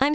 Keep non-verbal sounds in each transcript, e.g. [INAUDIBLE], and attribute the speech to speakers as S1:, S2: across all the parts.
S1: I'm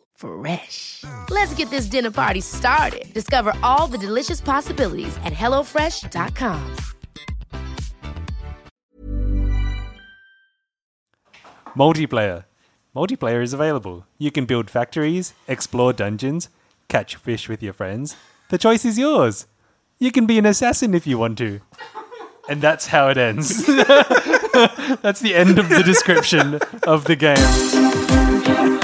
S2: Fresh. Let's get this dinner party started. Discover all the delicious possibilities at hellofresh.com.
S3: Multiplayer. Multiplayer is available. You can build factories, explore dungeons, catch fish with your friends. The choice is yours. You can be an assassin if you want to. And that's how it ends. [LAUGHS] that's the end of the description of the game.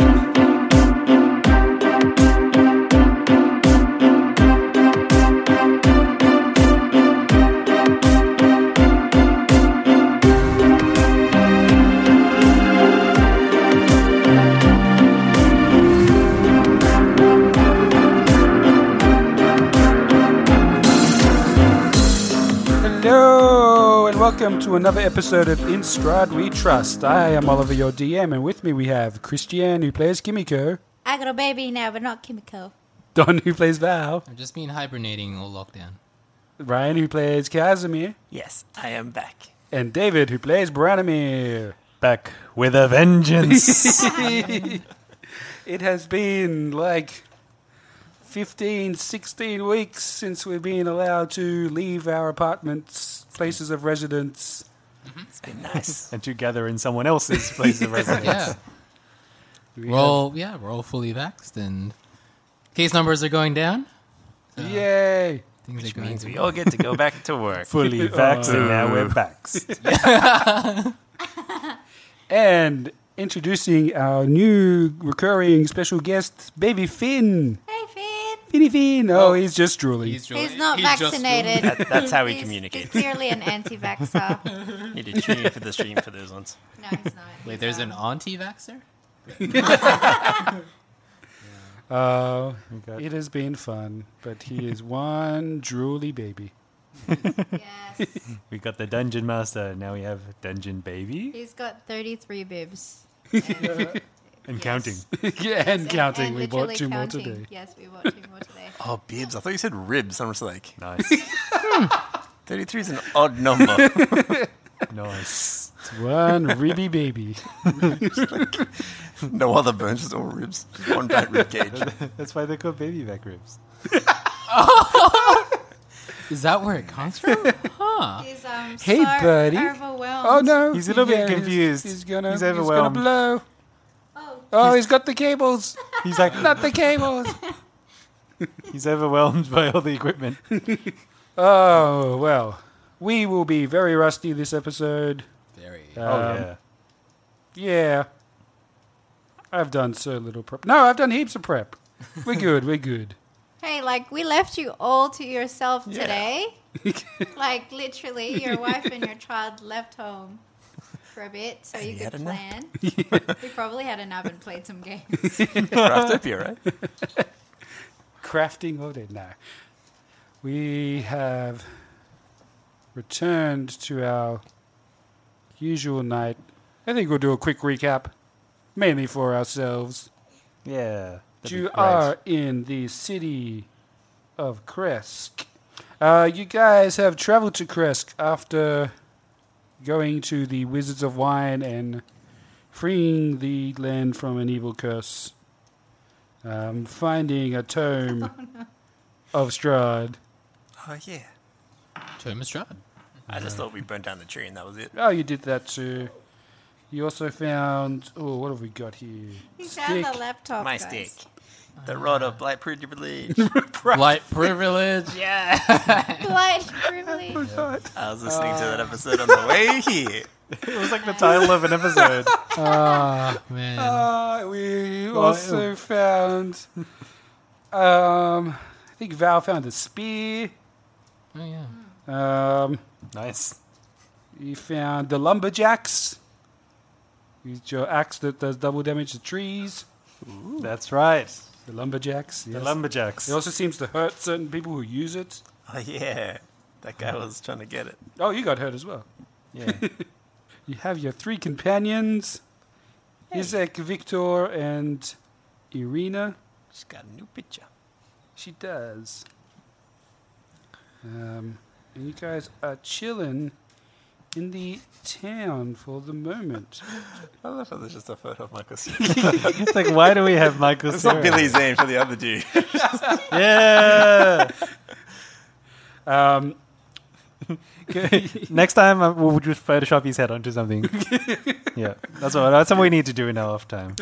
S4: Hello, and welcome to another episode of In Stride We Trust. I am Oliver, your DM, and with me we have Christiane, who plays Kimiko,
S5: I got a baby now, but not Kimiko.
S4: Don, who plays Val,
S6: I've just been hibernating all lockdown.
S4: Ryan, who plays Casimir,
S7: Yes, I am back.
S4: and David, who plays Branimir.
S3: Back
S7: [LAUGHS]
S3: with a vengeance.
S4: [LAUGHS] It has been like 15, 16 weeks since we've been allowed to leave our apartments, places of residence.
S7: Mm-hmm. It's been nice.
S3: and to gather in someone else's place of residence.
S6: [LAUGHS] Yeah. we're all yeah, we're all fully vaxxed and case numbers are going
S4: [LAUGHS]
S6: down.
S4: Yay!
S6: Uh, Things are going Oh.
S7: Means we all get to go back to
S4: [LAUGHS]
S7: work.
S3: Fully vaxxed, and now
S7: [LAUGHS]
S3: we're vaxxed.
S4: [LAUGHS] And introducing our new recurring special guest, Baby Finn.
S5: Hey, Finn.
S4: Finny Finn. Oh, he's just drooling.
S5: He's not vaccinated.
S7: That, that's how
S5: [LAUGHS]
S7: we
S5: He's
S7: communicate.
S5: Sincerely an
S4: Oh.
S5: anti-vaxxer.
S7: [LAUGHS] Need to tune in for the stream for those ones.
S5: No, he's um, not.
S6: Wait, there's an auntie vaxxer?
S4: Oh, it has been fun, but he is [LAUGHS] one drooly baby.
S5: Yes.
S3: [LAUGHS] We got the dungeon master. Now we have dungeon baby
S5: He's got
S4: [LAUGHS]
S5: 33 bibs.
S3: and
S6: [LAUGHS]
S3: counting.
S4: yeah, and counting.
S5: And
S4: we bought
S5: literally
S4: two
S5: counting.
S4: more today.
S5: Yes, we bought two more today.
S7: Oh, bibs. I thought you said ribs. I'm just like, [LAUGHS]
S3: Nice,
S7: 33 is an odd number.
S3: [LAUGHS] nice.
S4: It's one ribby baby.
S7: [LAUGHS]
S4: [LAUGHS]
S7: no other bones, just all ribs. One bad rib cage.
S3: [LAUGHS] That's why they're called baby back [LAUGHS] ribs.
S6: Is
S3: [LAUGHS]
S6: that where it comes from? Huh.
S5: He's um,
S4: Hey,
S5: so
S4: buddy.
S5: overwhelmed.
S4: Oh no,
S3: He's a little bit
S4: Yeah, he's-
S3: confused.
S4: He's, gonna,
S3: He's
S4: he's
S3: overwhelmed.
S4: gonna blow.
S5: Oh.
S4: Oh, he's got the cables.
S3: [LAUGHS] He's like
S4: Not the cables.
S3: [LAUGHS] he's overwhelmed by all the equipment.
S4: [LAUGHS] oh well, we will be very rusty this episode. Um,
S6: Very
S3: oh yeah.
S4: Yeah, I've done so little prep. No, I've done heaps of prep. We're good. We're good.
S5: Hey, like we left you all to yourself
S4: [LAUGHS]
S5: today. like literally, your wife and your child left home for a bit so you
S7: he had
S5: could
S7: a
S5: plan.
S4: [LAUGHS]
S7: nap.
S5: We probably had a nap and played some games.
S7: Craftopia, right?
S4: [LAUGHS] crafting or did no. We have returned to our usual night. I think we'll do a quick recap, mainly for ourselves.
S3: Yeah. That'd be
S4: You
S3: great.
S4: are in the city of Kresk. Uh, you guys have traveled to Kresk after going to the Wizards of Wine and freeing the land from an evil curse. Um, finding a tome of Strahd.
S7: Oh, yeah.
S6: Toma Strahd.
S7: I just thought we burned down the tree and that was it.
S4: Oh, you did that too. You also found. Oh, what have we got here?
S5: He found the laptop.
S7: My
S5: guys.
S7: stick. The rod of black privilege.
S4: [LAUGHS]
S6: Light privilege. Yeah.
S5: [LAUGHS]
S6: [LAUGHS]
S5: Blood privilege.
S7: I was listening to
S3: Ah.
S7: that episode on the way here.
S3: It was like the title of an
S6: [LAUGHS]
S3: episode.
S6: Ah, Man.
S4: Uh, we also found. Um, I think Val found a spear.
S6: oh, yeah.
S4: Um,
S3: nice.
S4: you found the lumberjacks. It's your axe that does double damage to trees.
S3: That's right.
S4: The lumberjacks.
S3: The
S4: yes.
S3: lumberjacks.
S4: it also seems to hurt certain people who use it.
S7: Oh, yeah. That guy was trying to get it.
S4: Oh, you got hurt as well. [LAUGHS]
S3: Yeah.
S4: You have your three companions Isaac, Victor, and Irina.
S7: She's got a new picture.
S4: She does. Um, and you guys are chilling in the town for the moment.
S7: I love how there's just a photo of
S3: [LAUGHS]
S7: Michael Cera.
S3: it's like, why do we have Michael
S7: it's
S3: Cera?
S7: not Billy Zane for the other dude.
S3: [LAUGHS] Yeah.
S4: [LAUGHS] Um, [LAUGHS]
S3: Next time, uh, we'll just Photoshop his head onto something. yeah, that's what that's what we need to do in our off time.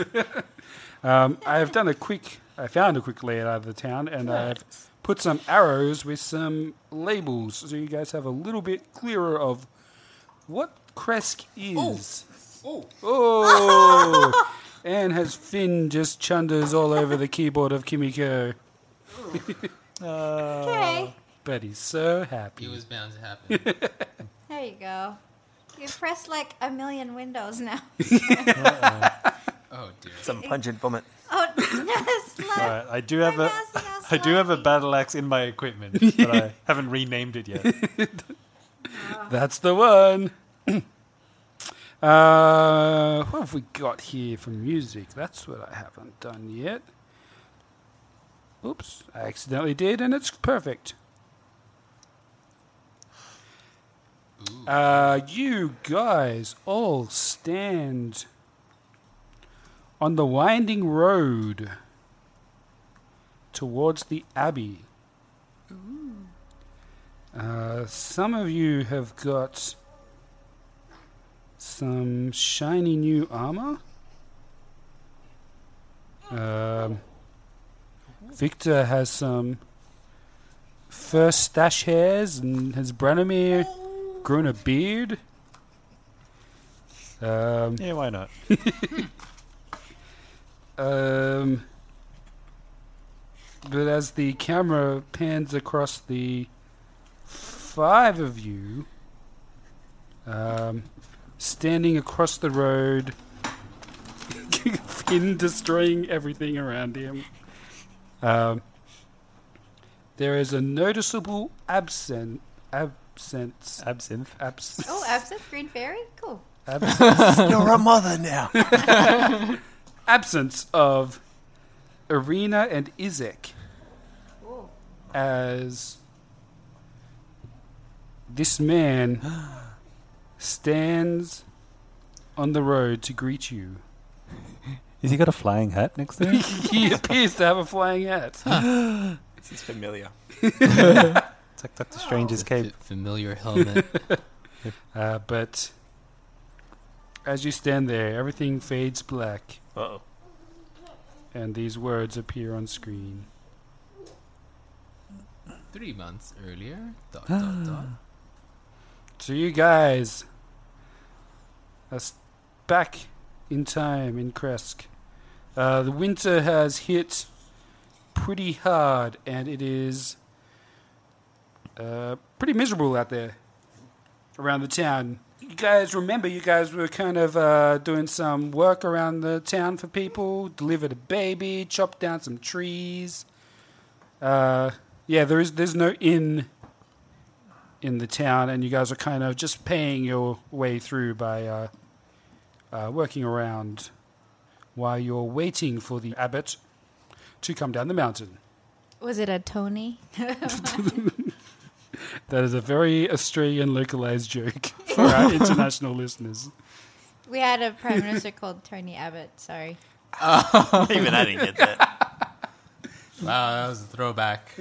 S4: [LAUGHS] um, I have done a quick. I found a quick layout of the town, and I've put some arrows with some labels, so you guys have a little bit clearer of what Kresk is. Oh, and has Finn just chunders all over the keyboard of Kimiko? [LAUGHS]
S3: [LAUGHS] Uh,
S5: Okay.
S4: But he's so
S3: [LAUGHS]
S4: happy.
S6: It was bound to happen.
S5: There you go. You press like a million windows now. [LAUGHS]
S6: Oh, dear.
S7: Some pungent vomit.
S5: Oh, no,
S7: [LAUGHS]
S5: that's not.
S3: All right, I do have a
S5: mouse is now
S3: I do have a
S5: sliding.
S3: battle axe in my [LAUGHS] equipment, but I haven't renamed it [LAUGHS] yet.
S4: [LAUGHS] That's the one. [CLEARS THROAT] uh, what have we got here for music? That's what I haven't done yet. Oops, I accidentally did, and it's perfect. Uh, you guys all stand on the winding road towards the abbey. Uh, some of you have got some shiny new armor. Um, Victor has some first stash hairs, and has Branimir grown a beard? Um,
S3: Yeah, why not?
S4: [LAUGHS] um, but as the camera pans across the five of you, um, standing across the road, [LAUGHS] Finn destroying everything around him, um, there is a noticeable absent, absence.
S3: Absinthe.
S4: Abs-
S5: Oh, absinthe, green fairy? Cool.
S7: [LAUGHS]
S5: [LAUGHS]
S7: You're a mother now.
S4: [LAUGHS] absence of Irina and Izek as this man [GASPS] stands on the road to greet you.
S3: Has he got a flying hat next to him? [LAUGHS]
S7: [LAUGHS]
S4: He appears to have a flying hat.
S7: [GASPS]
S4: [LAUGHS]
S7: This is familiar.
S3: It's like Doctor Strange's
S6: F-
S3: cape. [LAUGHS]
S6: familiar helmet.
S4: Uh, but as you stand there, everything fades black,
S7: Uh-oh.
S4: and these words appear on screen.
S6: Three months earlier.
S4: [GASPS]
S6: Dot, dot, dot.
S4: So you guys that's back in time in Kresk. Uh, the winter has hit pretty hard and it is uh, pretty miserable out there around the town. You guys remember you guys were kind of uh, doing some work around the town for people, delivered a baby, chopped down some trees. Uh, yeah, there is there's no inn in the town, and you guys are kind of just paying your way through by uh, uh, working around while you're waiting for the abbot to come down the mountain.
S5: Was it a Tony? [LAUGHS]
S4: That is a very Australian localized joke for our international listeners.
S5: We had a prime minister called Tony Abbott. Sorry.
S7: Oh.
S5: [LAUGHS]
S7: Even I didn't get that.
S6: Wow, that was a throwback.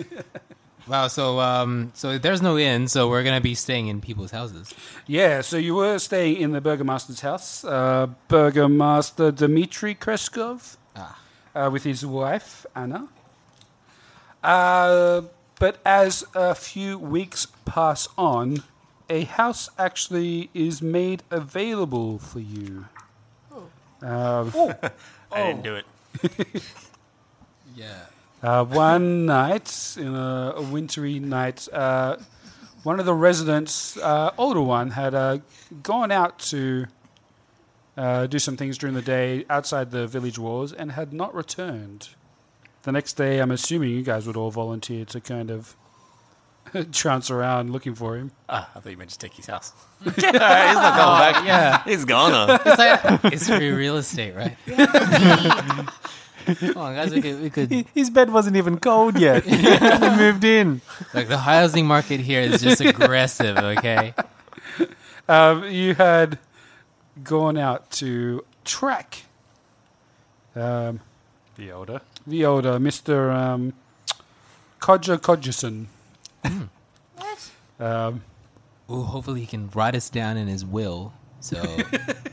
S6: Wow, so um, so there's no inn, so we're gonna be staying in people's houses.
S4: Yeah, so you were staying in the burgomaster's house, uh, Burgomaster Dmitry Kreskov.
S6: Ah.
S4: uh, with his wife, Anna. Uh, but as a few weeks pass on, a house actually is made available for you.
S7: Oh.
S4: Uh, [LAUGHS]
S7: I didn't do it.
S6: Yeah.
S4: Uh, one night, in a, a wintry night, uh, one of the residents, uh, older one, had uh, gone out to uh, do some things during the day outside the village walls and had not returned. The next day, I'm assuming you guys would all volunteer to kind of [LAUGHS] trounce around looking for him.
S7: Ah, I thought you meant to take his [LAUGHS] house. He's not coming back.
S6: Yeah.
S7: He's gone.
S6: It's like it's free real estate, right? [LAUGHS] Come on, guys, we could, we could
S3: His bed wasn't even cold
S6: [LAUGHS]
S3: yet. he moved in.
S6: like the housing market here is just aggressive. Okay,
S4: Um, you had gone out to track um,
S3: The older.
S4: the older Mr. Um, Codger Codgerson.
S5: What?
S4: Um,
S6: Ooh, hopefully he can write us down in his will. So,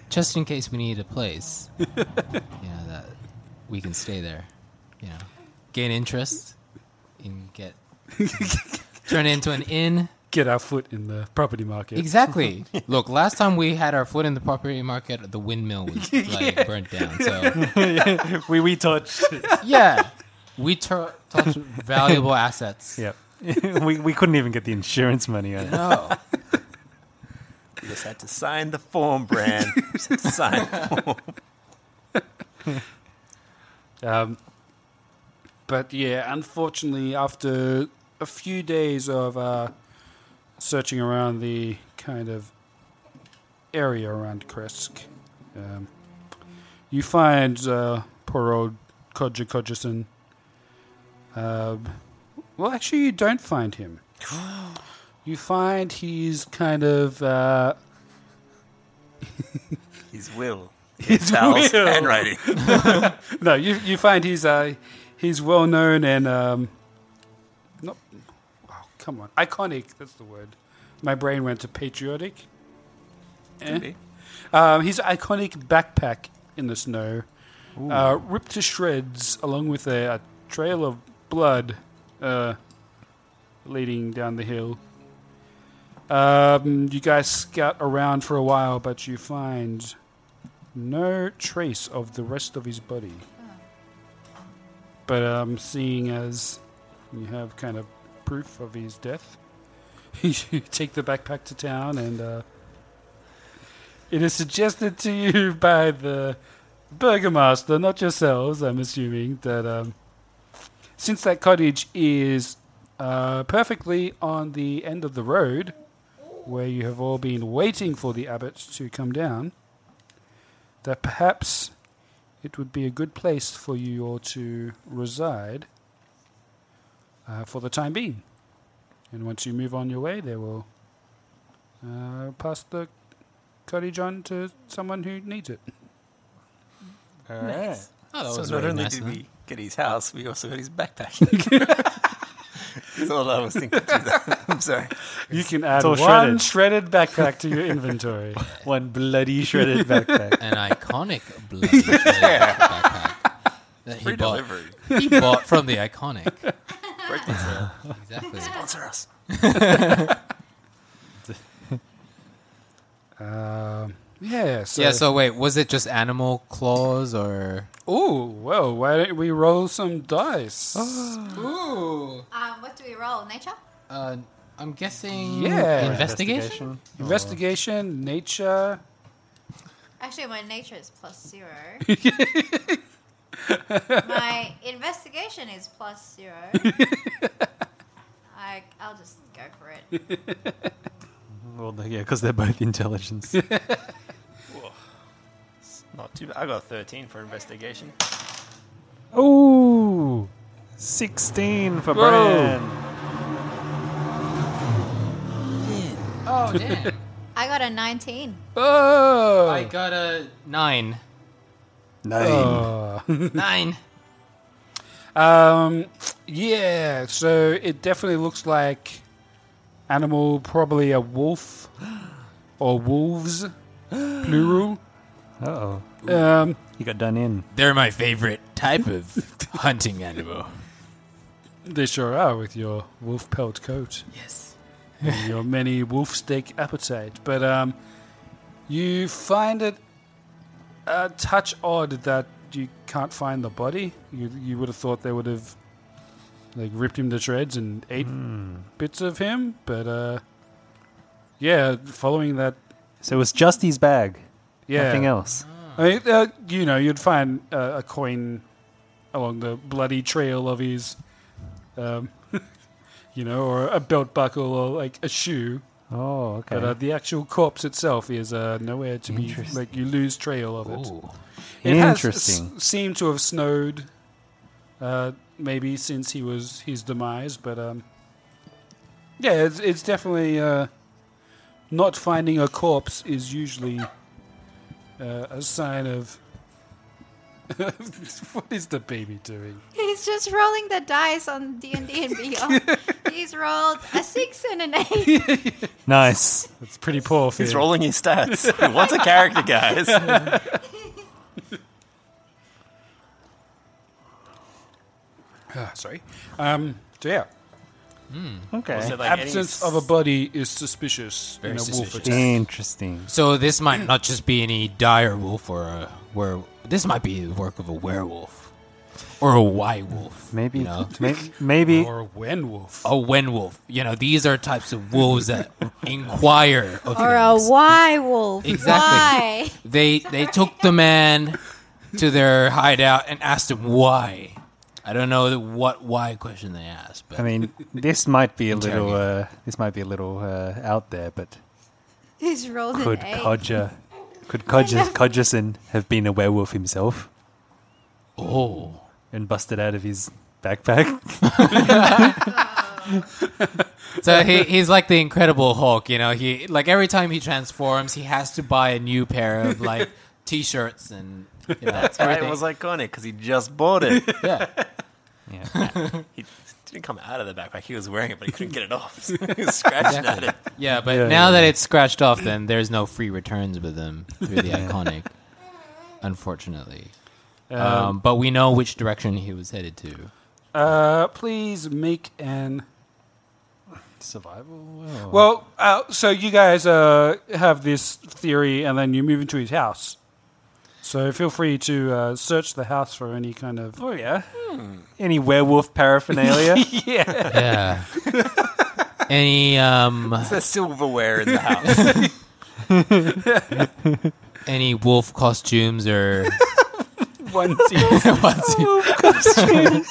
S6: just in case we need a place, you know that we can stay there. You know, gain interest and get turn it into an inn.
S4: get our foot in the property market.
S6: Exactly. Look, last time we had our foot in the property market, the windmill
S4: [LAUGHS]
S6: was like burnt down. So
S3: We we touched.
S6: yeah, we tur touched valuable assets.
S3: yep. [LAUGHS] we we couldn't even get the insurance money out. of it.
S6: No,
S7: You just had to sign the
S6: [LAUGHS]
S7: form, Brand. Just had to sign the form.
S4: [LAUGHS] Um, but yeah, unfortunately, after a few days of uh, searching around the kind of area around Kresk, um, you find uh, poor old Codger Codgerson. Um, well, actually, you don't find him. You find he's kind of. Uh,
S7: His will. His Sal's
S4: will.
S7: [LAUGHS] handwriting.
S4: [LAUGHS] No, you you find he's uh, he's well known and um, not. Oh, come on, iconic. That's the word. My brain went to patriotic. Eh?
S7: be.
S4: Um, his iconic backpack in the snow, uh, ripped to shreds, along with a, a trail of blood uh, leading down the hill. Um, you guys scout around for a while, but you find no trace of the rest of his body. But um, seeing as you have kind of proof of his death, [LAUGHS] you take the backpack to town, and uh, it is suggested to you [LAUGHS] by the burgomaster, not yourselves, I'm assuming, that um, since that cottage is uh, perfectly on the end of the road, where you have all been waiting for the abbot to come down, that perhaps it would be a good place for you all to reside uh, for the time being. And once you move on your way, they will uh, pass the cottage on to someone who needs it.
S3: All right.
S6: oh, that
S7: So
S6: was
S7: not
S6: really
S7: only
S6: nice.
S7: did
S6: of them.
S7: we get his house, we also got his backpack.
S6: [LAUGHS]
S7: That's all I was thinking. through that. [LAUGHS] I'm sorry.
S4: You can add
S3: all
S4: one shredded. backpack to your inventory.
S3: [LAUGHS] One bloody
S6: [LAUGHS]
S3: shredded backpack.
S6: an
S3: [LAUGHS]
S6: [LAUGHS] iconic bloody backpack that he
S7: Free
S6: bought,
S7: delivery.
S6: he bought from the
S4: [LAUGHS]
S6: iconic.
S7: Break this down.
S6: Exactly. [LAUGHS]
S7: Sponsor us.
S4: um, yeah. So,
S6: Yeah. So wait, was it just animal [LAUGHS] claws or?
S4: Ooh, well, why don't we roll some dice?
S6: Oh. Ooh.
S5: Um, what do we roll? Nature?
S6: Uh, I'm guessing.
S4: Yeah.
S6: Investigation.
S4: Investigation, nature. [LAUGHS]
S5: Actually, my nature is plus zero.
S7: [LAUGHS]
S6: [LAUGHS]
S5: my investigation is plus zero. I, I'll just go for it.
S3: [LAUGHS]
S5: [LAUGHS]
S3: Well, yeah, because they're both
S4: [LAUGHS]
S3: intelligence.
S7: Not too bad. I got 13 for investigation.
S3: Ooh, 16 for
S4: Whoa.
S3: Bran.
S6: Oh damn!
S5: I got a 19.
S4: Oh,
S6: I got a nine.
S4: [LAUGHS]
S6: Oh. Nine.
S4: Um, yeah, so it definitely looks like
S3: [GASPS]
S4: animal, probably a wolf or wolves, plural.
S3: Uh oh.
S4: Um,
S3: You got done in.
S6: They're my favorite type of [LAUGHS] hunting animal.
S4: they sure are with your wolf pelt coat.
S6: Yes.
S4: and your many wolf steak appetite. But um, you find it a touch odd that you can't find the body. You you would have thought they would have like ripped him to shreds and ate bits of him. But uh, yeah, Uh, following that,
S3: So it was just his bag.
S4: yeah,
S3: Nothing else.
S4: I mean, uh, you know, you'd find uh, a coin along the bloody trail of his, um, [LAUGHS] you know, or a belt buckle or like a shoe.
S3: Oh, okay.
S4: But uh, the actual corpse itself is uh, nowhere to be.
S3: Interesting.
S4: Like you lose trail of it.
S6: Ooh.
S4: It has
S3: Interesting.
S4: s- seemed to have snowed, uh, maybe since he was his demise. But um, yeah, it's, it's definitely uh, not finding a corpse is usually uh, a sign of. [LAUGHS] what is the baby doing?
S5: He's just rolling the dice on D and
S6: [LAUGHS]
S5: D and beyond. He's rolled a six and an
S6: [LAUGHS]
S5: eight.
S3: nice.
S4: It's pretty poor.
S7: He's
S4: Finn.
S7: rolling his stats.
S4: [LAUGHS]
S7: What's a character, guys? [LAUGHS]
S4: [LAUGHS] Ah, sorry. Um, so yeah,
S3: Okay.
S7: So, like, any
S4: absence of a body is suspicious
S6: Very
S4: in a
S6: suspicious.
S4: wolf attack.
S3: Interesting.
S6: So this might not just be any dire wolf or a were. This might be the work of a werewolf or a wye wolf.
S3: Maybe.
S6: you know?
S3: may- maybe.
S4: Or a werewolf.
S6: a wenwolf. You know, these are types of
S3: [LAUGHS]
S6: wolves that inquire of
S5: Or a
S6: things.
S5: why wolf.
S6: Exactly.
S5: Why?
S6: They they took the man to their hideout and asked him why. I don't know what why question they asked, but
S3: I mean, this might be a little. Uh, this might be a little uh, out there, but
S5: [LAUGHS] He's rolled
S3: could
S5: an eight.
S3: Codger, could Codger, Codgerson have been a werewolf himself
S6: oh,
S3: and busted out of his backpack?
S6: [LAUGHS] so he, he's like the Incredible Hulk. You know, he like every time he transforms, he has to buy a new pair of
S7: [LAUGHS]
S6: like t-shirts and you know, that sort of
S7: It
S6: thing.
S7: was iconic because he just bought it.
S6: [LAUGHS] yeah.
S3: Yeah.
S7: He didn't come out of the backpack. He was wearing it, but he couldn't get it off. [LAUGHS] So he
S6: [LAUGHS]
S7: was scratching at it.
S6: Yeah, but
S3: Yeah,
S6: now
S3: yeah,
S6: that
S3: yeah.
S6: it's scratched off, then there's no free returns with them through
S3: [LAUGHS]
S6: the iconic, unfortunately. Um, but we know which direction he was headed to.
S4: Uh, please make an.
S3: Survival.
S4: Well, uh, so you guys uh, have this theory, and then you move into his house. So feel free to uh, search the house for any kind of. Hmm.
S3: Oh yeah. Any werewolf
S4: [LAUGHS]
S3: paraphernalia?
S6: Yeah. any
S7: [LAUGHS]
S6: um,
S7: There's silverware in the house.
S6: [LAUGHS] any wolf costumes
S7: [LAUGHS]
S6: or? [LAUGHS]
S4: Oh,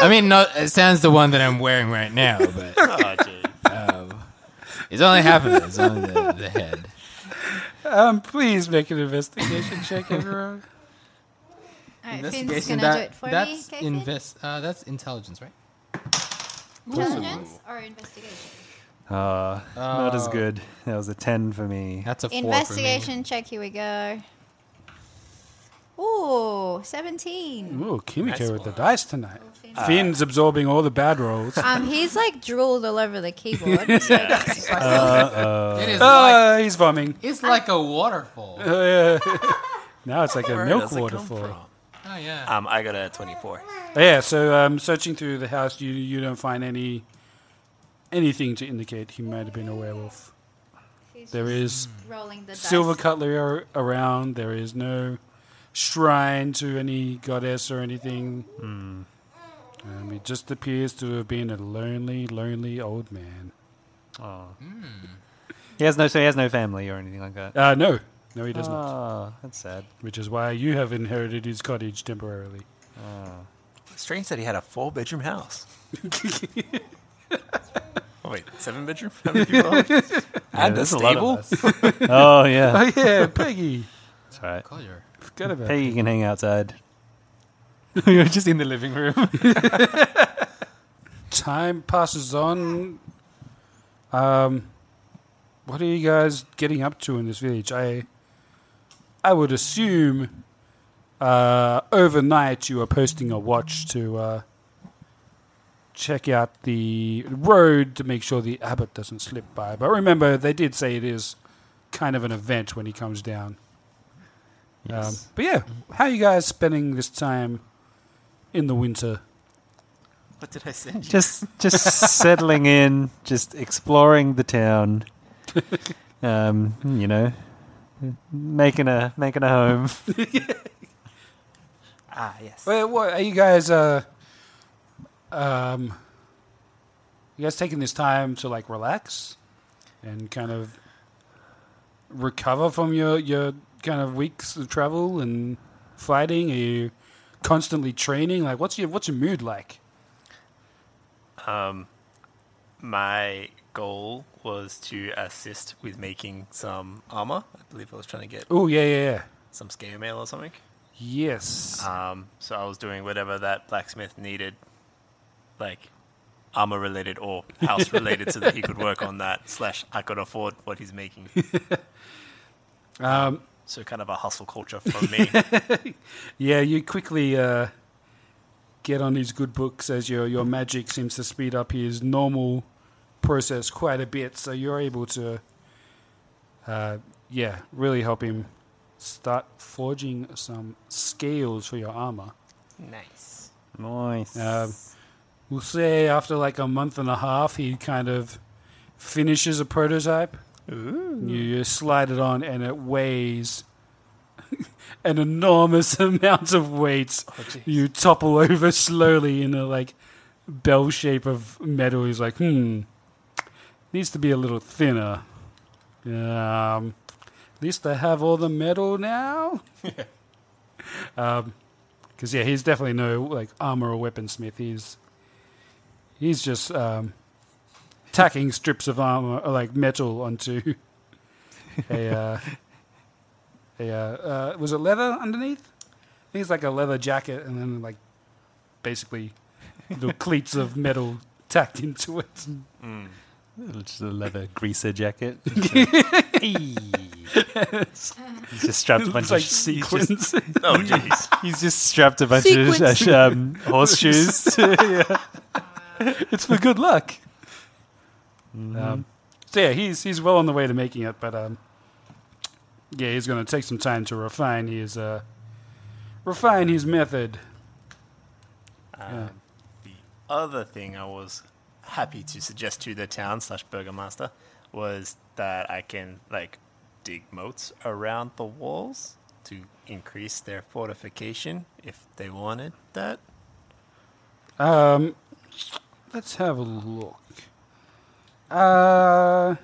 S6: I mean, no, it sounds the one that I'm wearing right now,
S7: [LAUGHS]
S6: but uh,
S7: Oh, gee.
S6: [LAUGHS] it's only half of it. It's only the, the head.
S4: Um, please make an investigation check, everyone.
S5: All right, Finn's
S6: Investigation,
S5: gonna do
S6: that-
S5: it for
S6: that's
S5: me. Okay, Finn?
S6: invest. Uh, that's intelligence, right?
S5: Intelligence or investigation?
S3: Ah, not as good. That was a ten for me.
S6: That's a four
S5: Investigation check. Here we go. Ooh, 17.
S4: Ooh, Kimiko with the dice tonight. Finn's absorbing all the bad rolls.
S5: Um, he's like drooled all over
S4: [LAUGHS]
S5: the keyboard. So um, that's fine.
S6: For me. It is like
S4: Uh, he's vomiting.
S6: it's
S4: [LAUGHS]
S6: like a waterfall. Oh [LAUGHS]
S4: Now it's like a
S7: [CLEARS THROAT] Where
S4: milk
S7: does it come
S4: waterfall.
S7: from?
S6: Oh, yeah.
S7: Um, I got a 24.
S4: Yeah. So um, searching through the house, you you don't find any anything to indicate he might have been a werewolf.
S5: He's
S4: There is
S5: just rolling the dice.
S4: silver cutlery ar- around. There is no shrine to any goddess or anything. Um, it just appears to have been a lonely, lonely old man.
S3: Hmm. He has no. So he has no family or anything like that.
S4: [LAUGHS] Uh, no, no, he does not.
S3: Ah, that's sad.
S4: Which is why you have inherited his cottage temporarily.
S3: Ah.
S7: Strange that he had a four
S6: [LAUGHS]
S7: bedroom house. oh, wait, seven bedroom? How many
S6: [LAUGHS]
S7: people are there? And a
S3: there's a lot
S7: stable?
S3: of [LAUGHS]
S7: [LAUGHS]
S3: Oh yeah.
S4: Oh yeah, Peggy.
S3: That's right.
S6: Color.
S4: Forgot about
S3: Peggy can hang outside. You're just in the [LAUGHS] living room.
S4: [LAUGHS] Time passes on. Um, what are you guys getting up to in this village? I, I would assume, uh, overnight you are posting a watch to uh, check out the road to make sure the abbot doesn't slip by. But remember, they did say it is kind of an event when he comes down. Um, but yeah, how you guys spending this time in the winter?
S7: What did I send you?
S3: just just settling in, just exploring the town. Um, you know, making a making a home.
S7: Ah, yes.
S4: Wait, what are you guys? Uh, um, you guys taking this time to like relax and kind of recover from your your kind of weeks of travel and fighting? Are you constantly training? Like, what's your what's your mood like?
S7: Um, My goal was to assist with making some armor. I believe I was trying to get
S4: Oh yeah, yeah, yeah.
S7: some scale mail or something.
S4: Yes.
S7: Um, so I was doing whatever that blacksmith needed, like armor related or house related, so that he could work on that. Slash, I could afford what he's making.
S4: [LAUGHS] Um,
S7: So kind of a hustle culture from me.
S4: [LAUGHS] Yeah, you quickly uh, get on his good books as your your magic seems to speed up his normal process quite a bit. So you're able to, uh, yeah, really help him start forging some scales for your armor.
S7: nice.
S3: Nice.
S4: Um, we'll say after like a month and a half, he kind of finishes a prototype. You, you slide it on, and it weighs an enormous [LAUGHS] amount of weight. you topple over slowly in a like bell shape of metal. He's like, hmm, needs to be a little thinner. Um, at least I have all the metal now. Because yeah, he's definitely no like armor or weaponsmith. He's he's just um, tacking strips of armor or like metal onto [LAUGHS] a uh, a uh, uh, was it leather underneath? I think it's like a leather jacket, and then like basically
S3: [LAUGHS]
S4: little cleats of metal tacked into it.
S3: Mm.
S4: [LAUGHS]
S3: just a leather greaser jacket. he's just strapped a bunch
S4: It's like
S3: of sh- he's just-
S4: sequins.
S7: Oh jeez.
S3: [LAUGHS] He's just strapped a bunch of sh-
S2: Sequins.
S3: um, horseshoes.
S4: [LAUGHS]
S3: Yeah. It's for good luck.
S4: Um, so yeah, he's he's well on the way to making it, but um, yeah, he's going to take some time to refine his uh, refine his method.
S3: Ah.
S7: Um, the other thing I was happy to suggest to the town slash burgomaster was that I can like dig moats around the walls to increase their fortification if they wanted that.
S4: Um, let's have a look. Uh,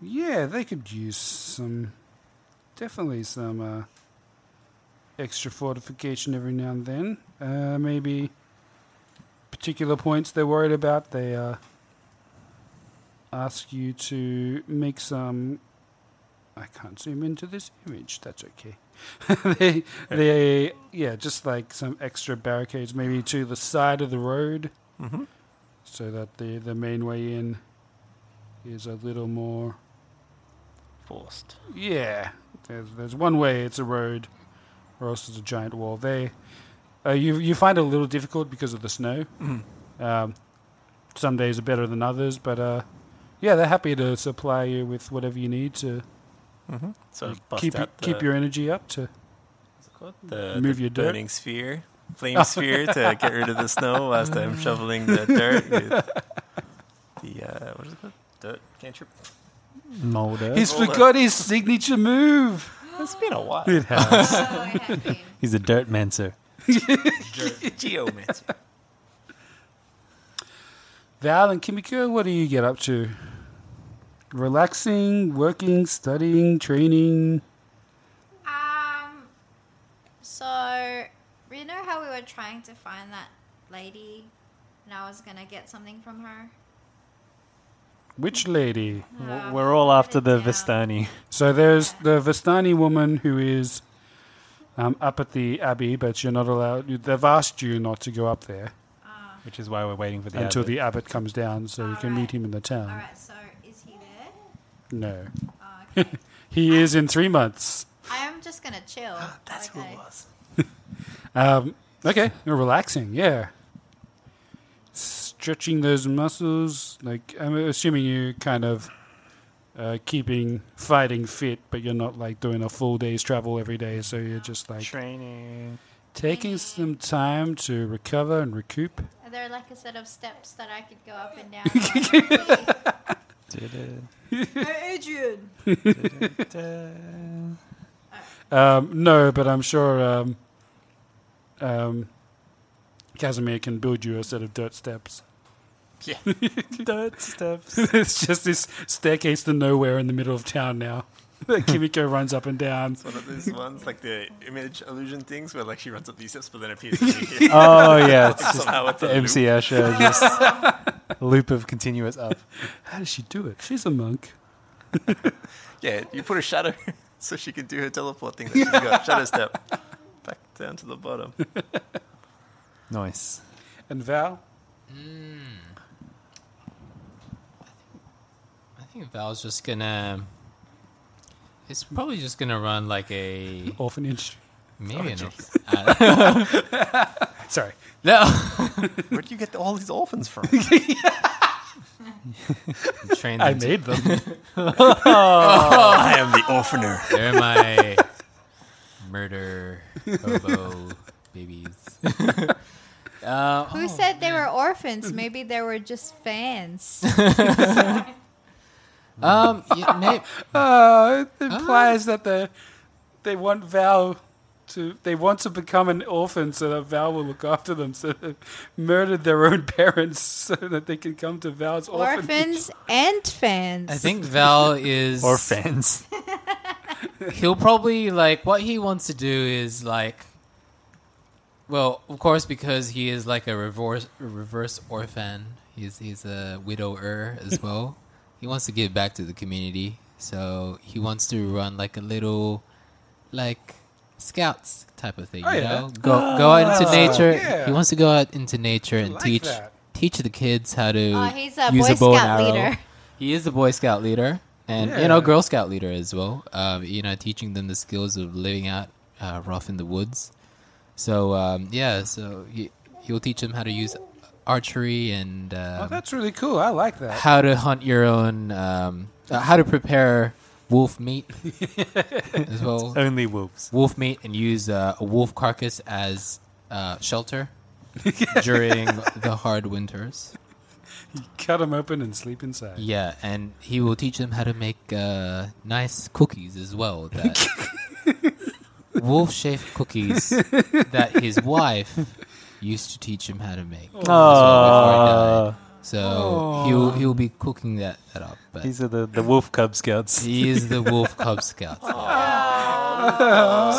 S4: yeah, they could use some, definitely some uh, extra fortification every now and then. Uh, maybe particular points they're worried about. They uh, ask you to make some. I can't zoom into this image. That's okay. [LAUGHS] they, they, yeah, just like some extra barricades, maybe to the side of the road, so that the the main way in is a little more.
S7: Forced.
S4: Yeah, there's there's one way. It's a road, or else it's a giant wall. They, uh, you you find it a little difficult because of the snow.
S7: Mm-hmm.
S4: Um, some days are better than others, but uh, yeah, they're happy to supply you with whatever you need to
S7: Mm-hmm. So bust
S4: keep
S7: out the,
S4: keep your energy up to.
S7: what's it called? the,
S4: move
S7: the
S4: your dirt.
S7: burning sphere, flame
S4: [LAUGHS]
S7: sphere to get rid of the snow whilst I'm shoveling the dirt. With the uh, what is it called? Dirt
S4: [LAUGHS]
S7: cantrip.
S3: Molder.
S4: He's
S7: Hold up.
S4: forgot his signature move.
S7: It's been a while.
S3: It has.
S5: Oh, I have
S7: [LAUGHS]
S5: been.
S3: He's a dirt mancer.
S7: Geomancy.
S4: Val and Kimiko, what do you get up to? Relaxing, working, studying, training.
S5: Um. So, you know how we were trying to find that lady, and I was gonna get something from her.
S4: Which lady?
S5: Uh,
S3: We're all after the
S5: Yeah.
S3: Vistani.
S4: So there's the Vastani woman who is um, up at the abbey, but you're not allowed. They've asked you not to go up there
S3: Which is why we're waiting for the
S4: until
S3: abbot.
S4: the abbot comes down, so you can meet
S5: Alright.
S4: him in the town.
S5: All right. So, is he there?
S4: No,
S5: Oh, okay.
S4: [LAUGHS] he is in three months.
S5: I am just gonna chill.
S7: That's
S5: okay.
S7: who it was.
S4: [LAUGHS] Um, okay, you're relaxing, yeah. Stretching those muscles, like I'm assuming you kind of uh, keeping fighting fit, but you're not like doing a full day's travel every day. So you're just like
S7: Training.
S4: taking some time to recover and recoup.
S5: Are there like a set of steps that I could go up and down?
S7: Did it.
S5: hey, Adrian.
S4: [LAUGHS] Um, no, but I'm sure um, um, Casimir can build you a set of dirt steps.
S7: Yeah. Dirt
S4: [LAUGHS]
S7: steps.
S4: it's just this staircase to nowhere in the middle of town now. [LAUGHS] that Kimiko runs up and down.
S7: One
S4: [LAUGHS]
S7: of those ones, like the image illusion things, where like she runs up these steps, but then appears
S3: [LAUGHS]
S7: [LAUGHS] over here.
S3: Oh yeah,
S7: [LAUGHS]
S3: it's just
S7: Somehow it's a
S3: the
S7: loop.
S3: MC
S7: [LAUGHS]
S3: Escher just loop of continuous up.
S4: How does she do it? She's a monk.
S7: Yeah, you put a shadow [LAUGHS] so she can do her teleport thing that she's
S3: [LAUGHS]
S7: got. Shadow step. Back down to the bottom.
S3: Nice.
S4: And Val?
S6: I think Val's just gonna. It's probably just gonna run like
S7: [LAUGHS]
S6: a
S4: Orphanage.
S6: maybe an, [LAUGHS] uh,
S7: [LAUGHS]
S4: Sorry.
S6: no [LAUGHS]
S7: Where do you get all these
S3: [LAUGHS]
S7: orphans from?
S6: train.
S4: I
S6: them to- [LAUGHS]
S4: made them.
S7: Oh,
S3: [LAUGHS]
S7: I am the orphaner.
S6: Oh. They're my murder hobo babies. uh,
S5: Who said they were orphans? Maybe they were just fans.
S6: um, yeah, may- Ah.
S4: [LAUGHS] Oh, it implies that they they want Val to they want to become an orphan so that Val will look after them. So they murdered their own [LAUGHS] parents so that they can come to Val's orphan.
S5: orphans and fans.
S6: I think Val is
S3: Or fans.
S6: [LAUGHS] he'll probably like what he wants to do is like well of course because he is like a reverse a reverse orphan he's he's a widower
S3: [LAUGHS]
S6: as well he wants to give back to the community so he wants to run like a little like scouts type of thing
S4: Oh,
S6: you
S4: yeah.
S6: know go go out into nature
S4: Oh, yeah.
S6: he wants
S4: [LAUGHS]
S6: to go out into nature and
S4: like
S6: teach
S4: that.
S6: teach the kids how to
S5: Oh, he's a
S6: use
S5: Boy
S6: a bow
S5: Scout
S6: and arrow
S5: leader.
S6: he is the Boy Scout leader, and you know, Girl Scout leader as well. Um, you know, teaching them the skills of living out uh, rough in the woods. So um, yeah, so he he'll teach them how to use archery and
S4: Oh,
S6: um,
S4: that's really cool. I like that.
S6: how to hunt your own, um, uh, how to prepare wolf meat
S4: [LAUGHS]
S6: [LAUGHS] as well.
S3: Only wolves.
S6: Wolf meat and use uh, a wolf carcass as uh,
S3: [LAUGHS]
S6: shelter during the hard winters.
S4: Cut them open and sleep inside.
S6: Yeah, and he will teach them how to make uh, nice cookies as well.
S3: [LAUGHS]
S6: That wolf shaped cookies that his wife used to teach him how to make. as
S3: Oh.
S6: well before he died. So
S4: Oh.
S6: he'll he'll be cooking that, that up. But
S3: These are the, the wolf cub scouts.
S6: he is the wolf Cub Scout.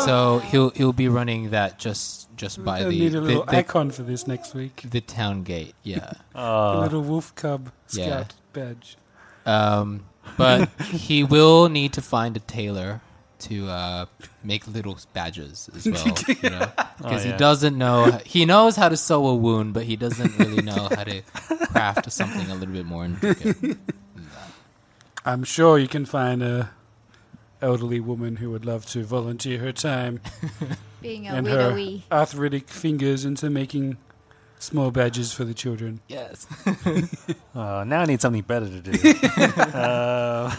S6: [LAUGHS] so he'll he'll be running that just just by
S4: I
S6: the
S4: need a little
S6: the, the,
S4: icon for this next week.
S6: the town gate. Yeah.
S4: [LAUGHS] a little wolf cub
S6: Yeah.
S4: scout badge.
S6: Um,
S4: [LAUGHS]
S6: but he will need to find a tailor to uh, make little badges as [LAUGHS] well, because you
S4: [LAUGHS]
S6: know?
S4: Oh,
S6: 'Cause he
S3: yeah.
S6: doesn't know. He knows how to sew
S3: [LAUGHS]
S6: a wound, but he doesn't really know how to craft something a little bit more
S4: [LAUGHS]
S6: intricate.
S4: I'm sure you can find a elderly woman who would love to volunteer her time
S5: [LAUGHS] Being a
S4: and
S5: widowy.
S4: her arthritic fingers into making small badges for the children. [LAUGHS]
S6: Yes.
S3: Uh, now I need something better to do. uh,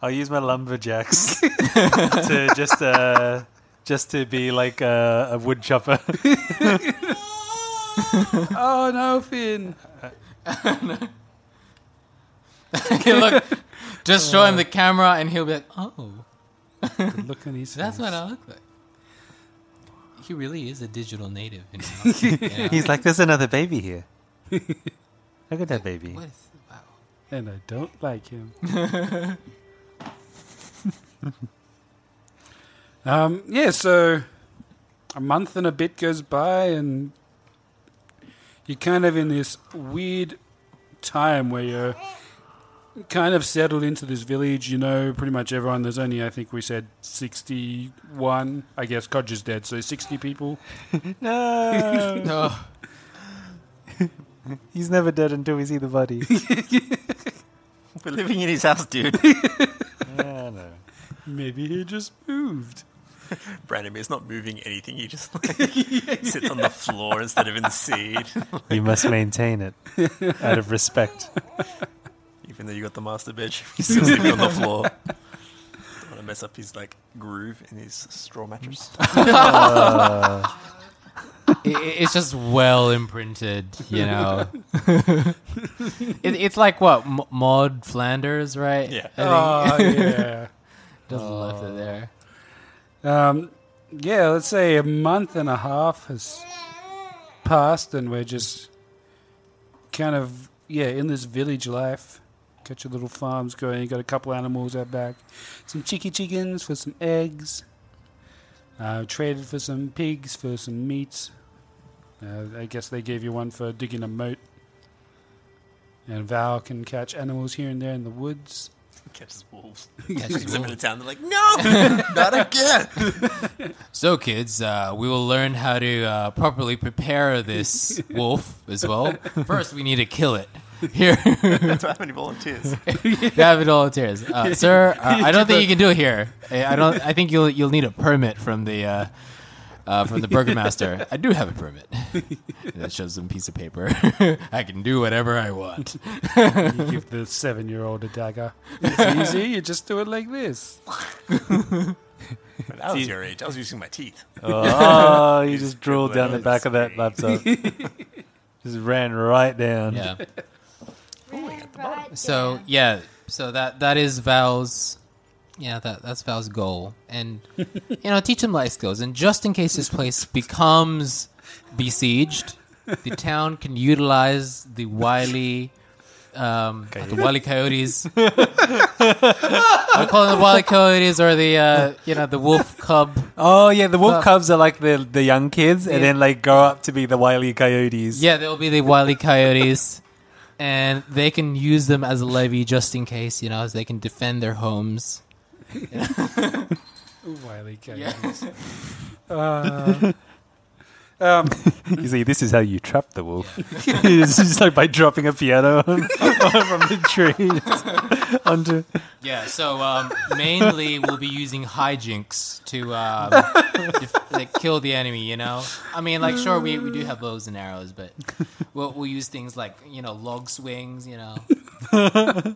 S3: I'll use my
S4: [LAUGHS]
S3: lumberjacks to just uh, just to be like a, a wood [LAUGHS]
S4: [LAUGHS]
S3: chopper.
S4: [LAUGHS] Oh no,
S3: [LAUGHS]
S4: Finn!
S6: Okay, look, just show him the camera, and he'll be like, "Oh,
S4: Uh, Good look on
S6: [LAUGHS]
S4: his
S6: that's
S4: face.
S6: what I look like." He really is a digital native. You
S3: [LAUGHS]
S6: know? Yeah.
S3: He's like,
S4: [LAUGHS]
S3: "There's another baby
S6: [LAUGHS]
S3: here. Look at that baby."
S6: What is- wow.
S4: and I don't like him. um, yeah, so a month and a bit goes by, and you're kind of in this weird time where you're kind of settled into this village. You know, pretty much everyone. There's only, I think we said, 61. I guess Codger's dead, so 60 people.
S3: [LAUGHS]
S4: [LAUGHS]
S3: No,
S6: No.
S3: he's never dead until we see the
S6: [LAUGHS]
S3: body.
S7: We're living in his house, dude.
S3: yeah, no.
S4: Maybe he just moved.
S7: Brandon is not moving anything. He just like
S6: [LAUGHS]
S7: sits on the floor instead of in the seat.
S3: You must maintain it out of respect.
S7: You even though you got the master bedroom. He's still sleeping on the floor. Don't want to mess up his like groove in his
S6: [LAUGHS]
S7: straw mattress. [LAUGHS]
S4: Uh,
S6: I- I- it's just well imprinted, you know.
S4: [LAUGHS]
S6: it, it's like what M- Maud Flanders, right?
S7: Yeah.
S4: Oh, yeah.
S6: [LAUGHS] Just left it there.
S4: Oh. Um, yeah, let's say a month and a half has passed, and we're just kind of yeah in this village life. Got your little farms going. You got a couple animals out back, some cheeky chickens for some eggs. Uh, traded for some pigs for some meat. Uh, I guess they gave you one for digging a moat. And Val can catch animals here and there in the woods.
S7: Catches wolves.
S6: Catches
S7: Brings them
S6: wolves.
S7: into town. They're like,
S6: [LAUGHS]
S7: no, not again.
S6: So, kids, uh, we will learn how to uh, properly prepare
S7: [LAUGHS]
S6: this wolf as well. First, we need to kill it. Here,
S7: That's why I have
S6: [LAUGHS]
S7: any volunteers.
S6: David volunteers, uh,
S7: [LAUGHS]
S6: sir. Uh, I don't think you can do it here. I I don't. I think you'll you'll need a permit from the uh, [LAUGHS] uh, from the
S7: [LAUGHS]
S6: burgomaster. I do have
S3: [LAUGHS]
S6: a permit. that shows him a piece of paper. [LAUGHS] I can do whatever I want.
S4: You give the seven year old a dagger.
S3: [LAUGHS]
S4: It's easy,
S6: [LAUGHS]
S4: you just do it like this.
S7: When I was your age, I was using my teeth.
S3: Oh, you
S6: [LAUGHS]
S3: just drooled down
S7: dribbled
S3: the
S7: out.
S3: back of that laptop. just ran right down.
S6: [LAUGHS] Yeah.
S5: Right
S6: So
S5: there.
S6: yeah, so that that is Val's. Yeah, that that's Val's goal,
S3: [LAUGHS]
S6: and you know, teach him life skills. And just in case this place becomes besieged, the town can utilize the wily, um, the wily coyotes. I call them the wily coyotes or the uh, you know the wolf cub.
S3: Oh yeah, the wolf
S6: Uh,
S3: cubs are like the the young kids, and then they grow up to be the wily coyotes.
S6: Yeah, they'll be the wily coyotes, and they can use them as a levy just in case you know, as they can defend their homes.
S4: Wily coyote.
S6: Yeah.
S4: [LAUGHS] Uh, Um,
S3: [LAUGHS] You see, this is how you trap the wolf. [LAUGHS] it's just like by dropping a piano [LAUGHS] on, from the tree [LAUGHS] onto.
S6: Yeah, so um, mainly we'll be using hijinks to um, def- like kill the enemy. You know, I mean, like sure we, we do have bows and arrows, but we'll, we'll use things like you know log swings. You know,
S3: [LAUGHS]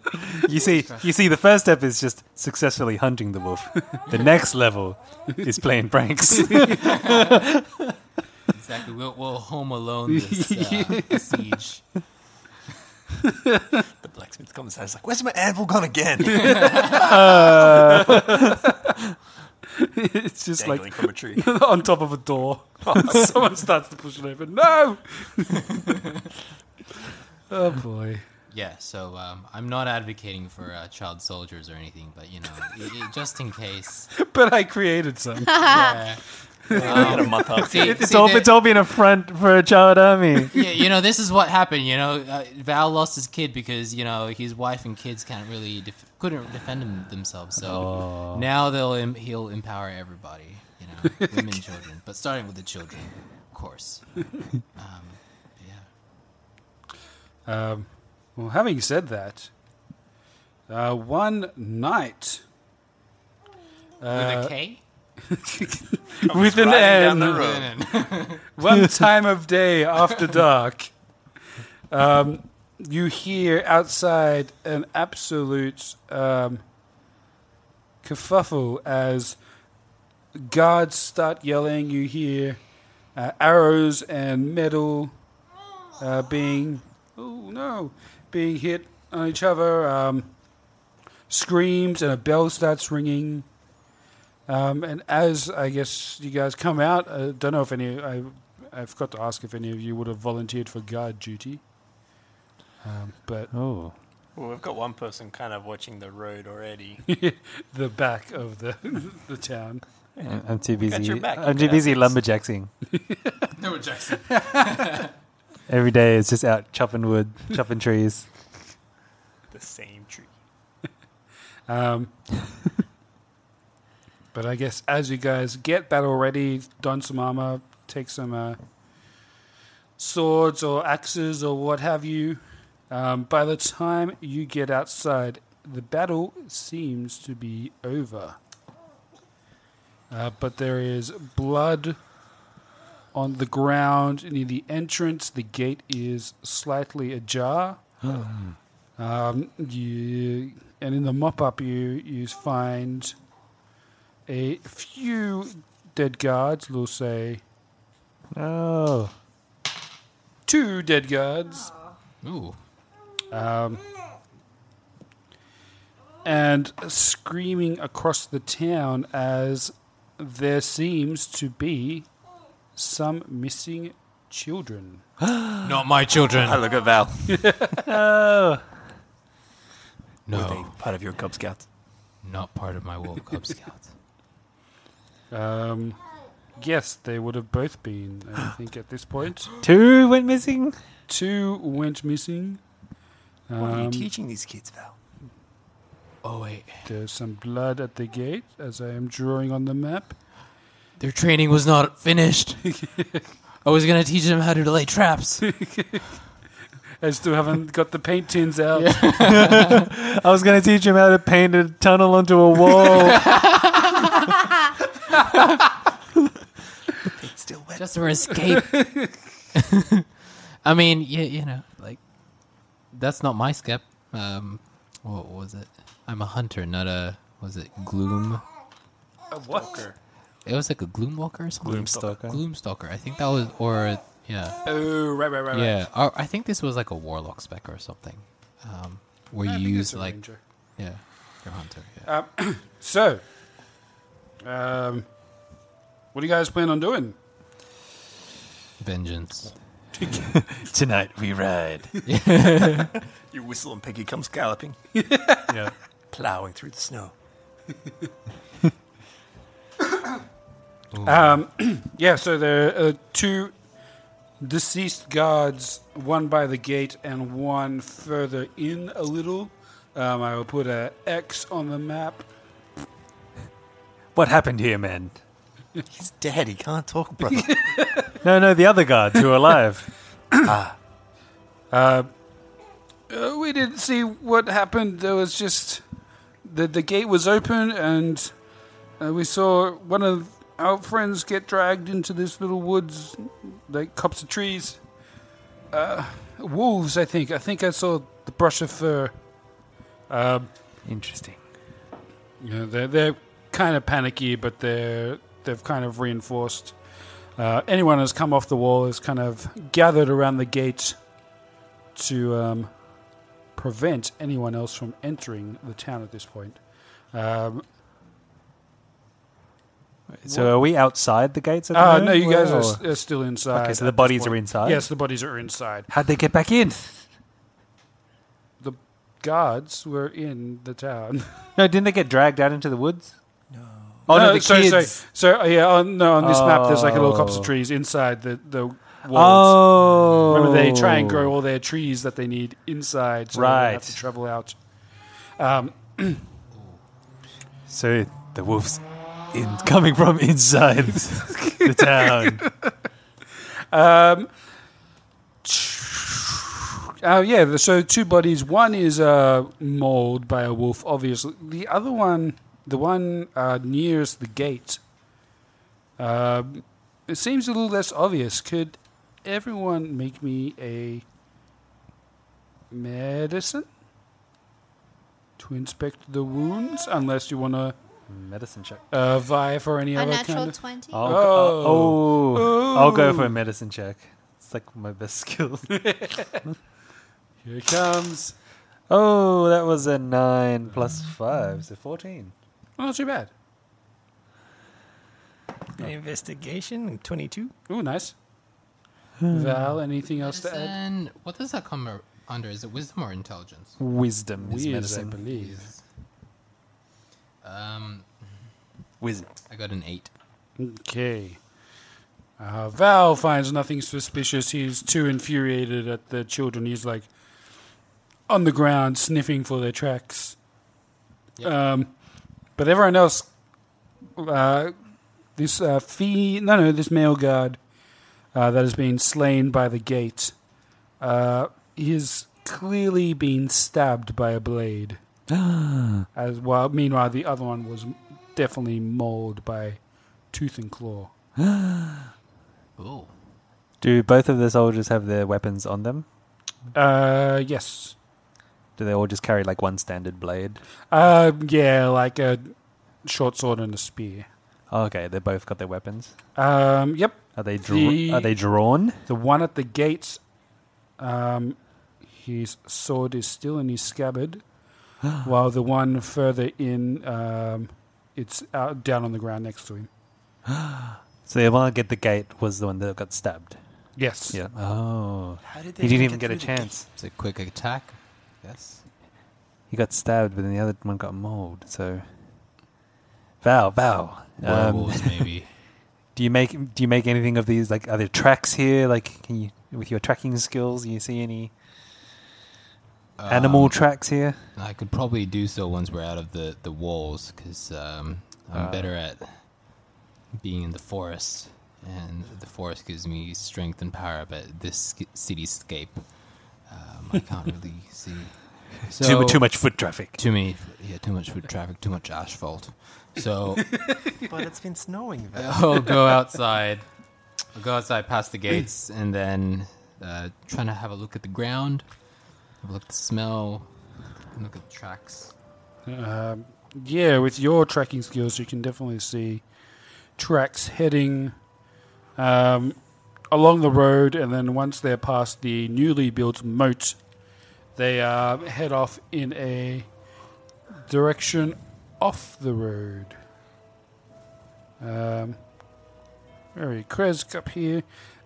S3: You see, you see, the first step is just successfully hunting the wolf. The next level is playing pranks.
S6: [LAUGHS] exactly. We'll, we'll home alone this
S3: [LAUGHS]
S6: uh, siege.
S7: The blacksmith comes out. He's like, where's my anvil
S3: [LAUGHS]
S7: gone again?
S4: it's just
S7: Dangling
S4: like
S7: from a tree.
S4: [LAUGHS]
S7: Oh,
S4: on top of a door. [LAUGHS] Someone starts to push it open.
S7: [LAUGHS]
S4: No! oh boy.
S6: Yeah, so um, I'm not advocating for uh, child soldiers or anything, but you know, y- y- just in case.
S4: But I created
S7: [LAUGHS]
S4: some. [LAUGHS]
S6: Yeah.
S7: Get a month up.
S6: See-
S3: It's
S6: see,
S3: all,
S6: the-
S3: it's all been a front for a child army.
S6: yeah, you know, this is what happened. You know, uh, Val lost his kid because you know his wife and kids can't really def- couldn't defend him themselves. So now they'll Im- he'll empower everybody. You know, women, children, but starting with the children, of course. Um, yeah,
S4: Um, well, having said that, uh, one night uh,
S6: with a
S4: [LAUGHS]
S6: K.
S4: with an
S7: Riding down the
S4: N,
S7: road.
S4: [LAUGHS] one time of day after dark, um, you hear outside an absolute um, kerfuffle as guards start yelling. You hear uh, arrows and metal uh, being oh no being hit on each other. Um, screams and a bell starts ringing. Um, and as I guess you guys come out, I don't know if any. I I forgot to ask if any of you would have volunteered for guard duty. Um, but
S3: Oh,
S7: Well, we've got one person kind of watching the road
S6: [LAUGHS]
S7: already.
S4: [LAUGHS] the back of the [LAUGHS] the town.
S3: [LAUGHS] I'm I'm too
S7: got
S3: busy.
S7: your back,
S3: I'm too
S7: Captain.
S3: busy [LAUGHS] lumberjacksing.
S6: No [LAUGHS]
S7: [LAUGHS]
S6: Jackson.
S3: Every day it's just out chopping wood, chopping trees.
S7: the same tree.
S4: Um, but I guess as you guys get battle ready, don some armor, take some uh, swords or axes or what have you. Um, by the time you get outside, the battle seems to be over. Uh, but there is blood on the ground near the entrance. The gate is slightly ajar. Um, you and in the mop up, you you find a few dead guards. We'll say
S3: Oh.
S4: two dead guards. Um,
S6: Ooh.
S4: and screaming across the town as there seems to be some missing children.
S6: Not my children.
S7: I look at Val.
S3: Uh,
S6: No.
S7: Part of your Cub Scouts.
S6: Not part of my World Cub Scouts.
S4: Um, yes, they would have both been,
S6: [GASPS]
S4: I think, at this point.
S3: Two went missing?
S4: Two went missing.
S7: what
S4: Um,
S7: are you teaching these kids, Val?
S6: Oh, wait.
S4: There's some blood at the gate, as I am drawing on the map.
S6: Their training was not
S4: [LAUGHS]
S6: finished. I was going to teach them how to lay traps.
S4: I still haven't got the paint tins out. [LAUGHS]
S3: I was going to teach him how to paint a tunnel onto a [LAUGHS] wall.
S7: It's still
S6: [LAUGHS]
S7: wet.
S6: just for escape. I mean, you, you know, like that's not my skep. Um, what was it? I'm a hunter, not a was it gloom?
S4: A Uh,
S6: [COUGHS]
S4: what?
S6: It was like a gloom walker or something.
S3: Gloomstalker.
S6: Gloom stalker. I think that was
S3: [LAUGHS]
S6: or yeah,
S4: Oh, right, right, right, right.
S6: yeah. Or, I think this was like a warlock spec or something, um, where
S4: I
S6: you
S4: think it's
S6: use
S4: a
S6: like
S4: ranger.
S6: yeah, your hunter. Yeah.
S4: Uh, [COUGHS] So, um, what do you guys plan on doing?
S6: Vengeance.
S7: Tonight we ride.
S6: [LAUGHS]
S7: you whistle and Peggy comes galloping,
S3: yeah.
S7: plowing through
S3: [LAUGHS]
S7: the snow.
S4: Um, [CLEARS THROAT] Yeah, so there are two deceased guards, one by the gate and one further in a little. Um, I will put a X on the map.
S3: What happened here, man?
S7: He's dead. He can't talk, brother.
S4: [LAUGHS]
S3: No, no, the other guards who are alive.
S4: [COUGHS] Ah. Uh, we didn't see what happened. There was just the the gate was open, and uh, we saw one of our friends get dragged into this little woods, like copse of trees. Uh, wolves, I think. I think I saw the brush of fur.
S3: Interesting.
S4: You know, they're they're kind of panicky, but they're they've kind of reinforced. Uh, anyone who's come off the wall is kind of gathered around the gate to um, prevent anyone else from entering the town at this point. Um,
S3: So are we outside the gates at the
S4: uh,
S3: moment?
S4: no, you guys
S3: Or-
S4: are, s- are still inside.
S3: Okay, so
S4: at
S3: the
S4: this
S3: bodies
S4: point.
S3: are inside?
S4: Yes, the bodies are inside.
S3: How'd they get back in?
S4: The guards were in the town. [LAUGHS]
S3: No, didn't they get dragged out into the woods? No. Oh, no, the
S4: sorry,
S3: kids.
S4: sorry. So uh, yeah, on, no, on this map there's like a little copse of trees inside the the walls.
S3: Oh.
S4: Remember, they try and grow all their trees that they need inside, so they don't
S3: Right.
S4: have to travel out. Um, [CLEARS THROAT]
S3: So the wolves in, coming from
S4: [LAUGHS]
S3: inside the town.
S4: Um, Oh yeah, the- so two bodies. One is uh, mauled by a wolf, obviously. The other one, the one uh, nearest the gate, um, it seems a little less obvious. Could everyone make me a medicine to inspect the wounds? Unless you want to
S3: Medicine check.
S4: uh, vie for any
S5: A
S4: other
S5: natural
S4: kind of.
S5: 20.
S3: I'll,
S4: Oh.
S3: oh. Oh, I'll go for a medicine check. It's like my best
S4: [LAUGHS]
S3: skill.
S4: Oh. Here it comes.
S3: oh, that was a 9 plus 5, so 14.
S4: Not too bad.
S7: Investigation 22.
S4: Ooh, nice.
S3: Mm.
S4: Val, anything else to add?
S6: Medicine. What does that come ar- under? Is it wisdom or intelligence?
S3: Wisdom is
S4: Weird, I
S3: medicine.
S4: believe.
S6: Um,
S7: Wizard.
S6: I got an eight.
S4: Okay. Uh, Val finds nothing suspicious. He's too infuriated at the children. He's like on the ground sniffing for their tracks. Um, but everyone else, uh, this uh, fee, no, no, this male guard uh, that has been slain by the gate, uh, he's clearly been stabbed by a blade. As well, meanwhile, the other one was definitely mauled by tooth and claw.
S6: Oh.
S3: Do both of the soldiers have their weapons on them?
S4: Uh, yes.
S3: Do they all just carry like one standard blade?
S4: Um, yeah, like a short sword and a spear.
S3: Oh, okay, they both got their weapons.
S4: Um, yep.
S3: Are they dra-
S4: The-
S3: are they drawn?
S4: The one at the gates, um, his sword is still in
S3: [GASPS]
S4: his scabbard, while the one further in, um, it's out down on the ground next to him.
S3: So the one at the gate was the one that got stabbed.
S4: Yes.
S3: Yeah. Oh,
S7: How did
S3: he didn't even get a chance.
S6: It's a quick attack, yes.
S3: He got stabbed, but then the other one got mauled. So, Val, Val, um,
S6: Werewolves, maybe.
S3: [LAUGHS] do you make do you make anything of these? Like, are there tracks here? Like, can you with your tracking skills? Do you see any
S6: Um,
S3: animal tracks here?
S6: Uh, I could probably do so once we're out of the, the walls, because um,
S3: Uh.
S6: I'm better at being in the forest, and the forest gives me strength and power, but this sc- cityscape, um, I
S3: [LAUGHS]
S6: can't really see. So-
S3: much foot traffic.
S6: Too many, yeah, too much foot traffic, too much asphalt.
S3: Oh. [LAUGHS]
S6: So
S7: But it's been snowing. Val.
S6: I'll go outside. I'll go outside past the gates and then uh, trying to have a look at the ground, have a look at the smell, look at the tracks.
S4: Um, yeah, with your tracking skills, you can definitely see tracks heading um, along the road, and then once they're past the newly built moat, they uh, head off in a direction off the road. Um, very Kresk up here.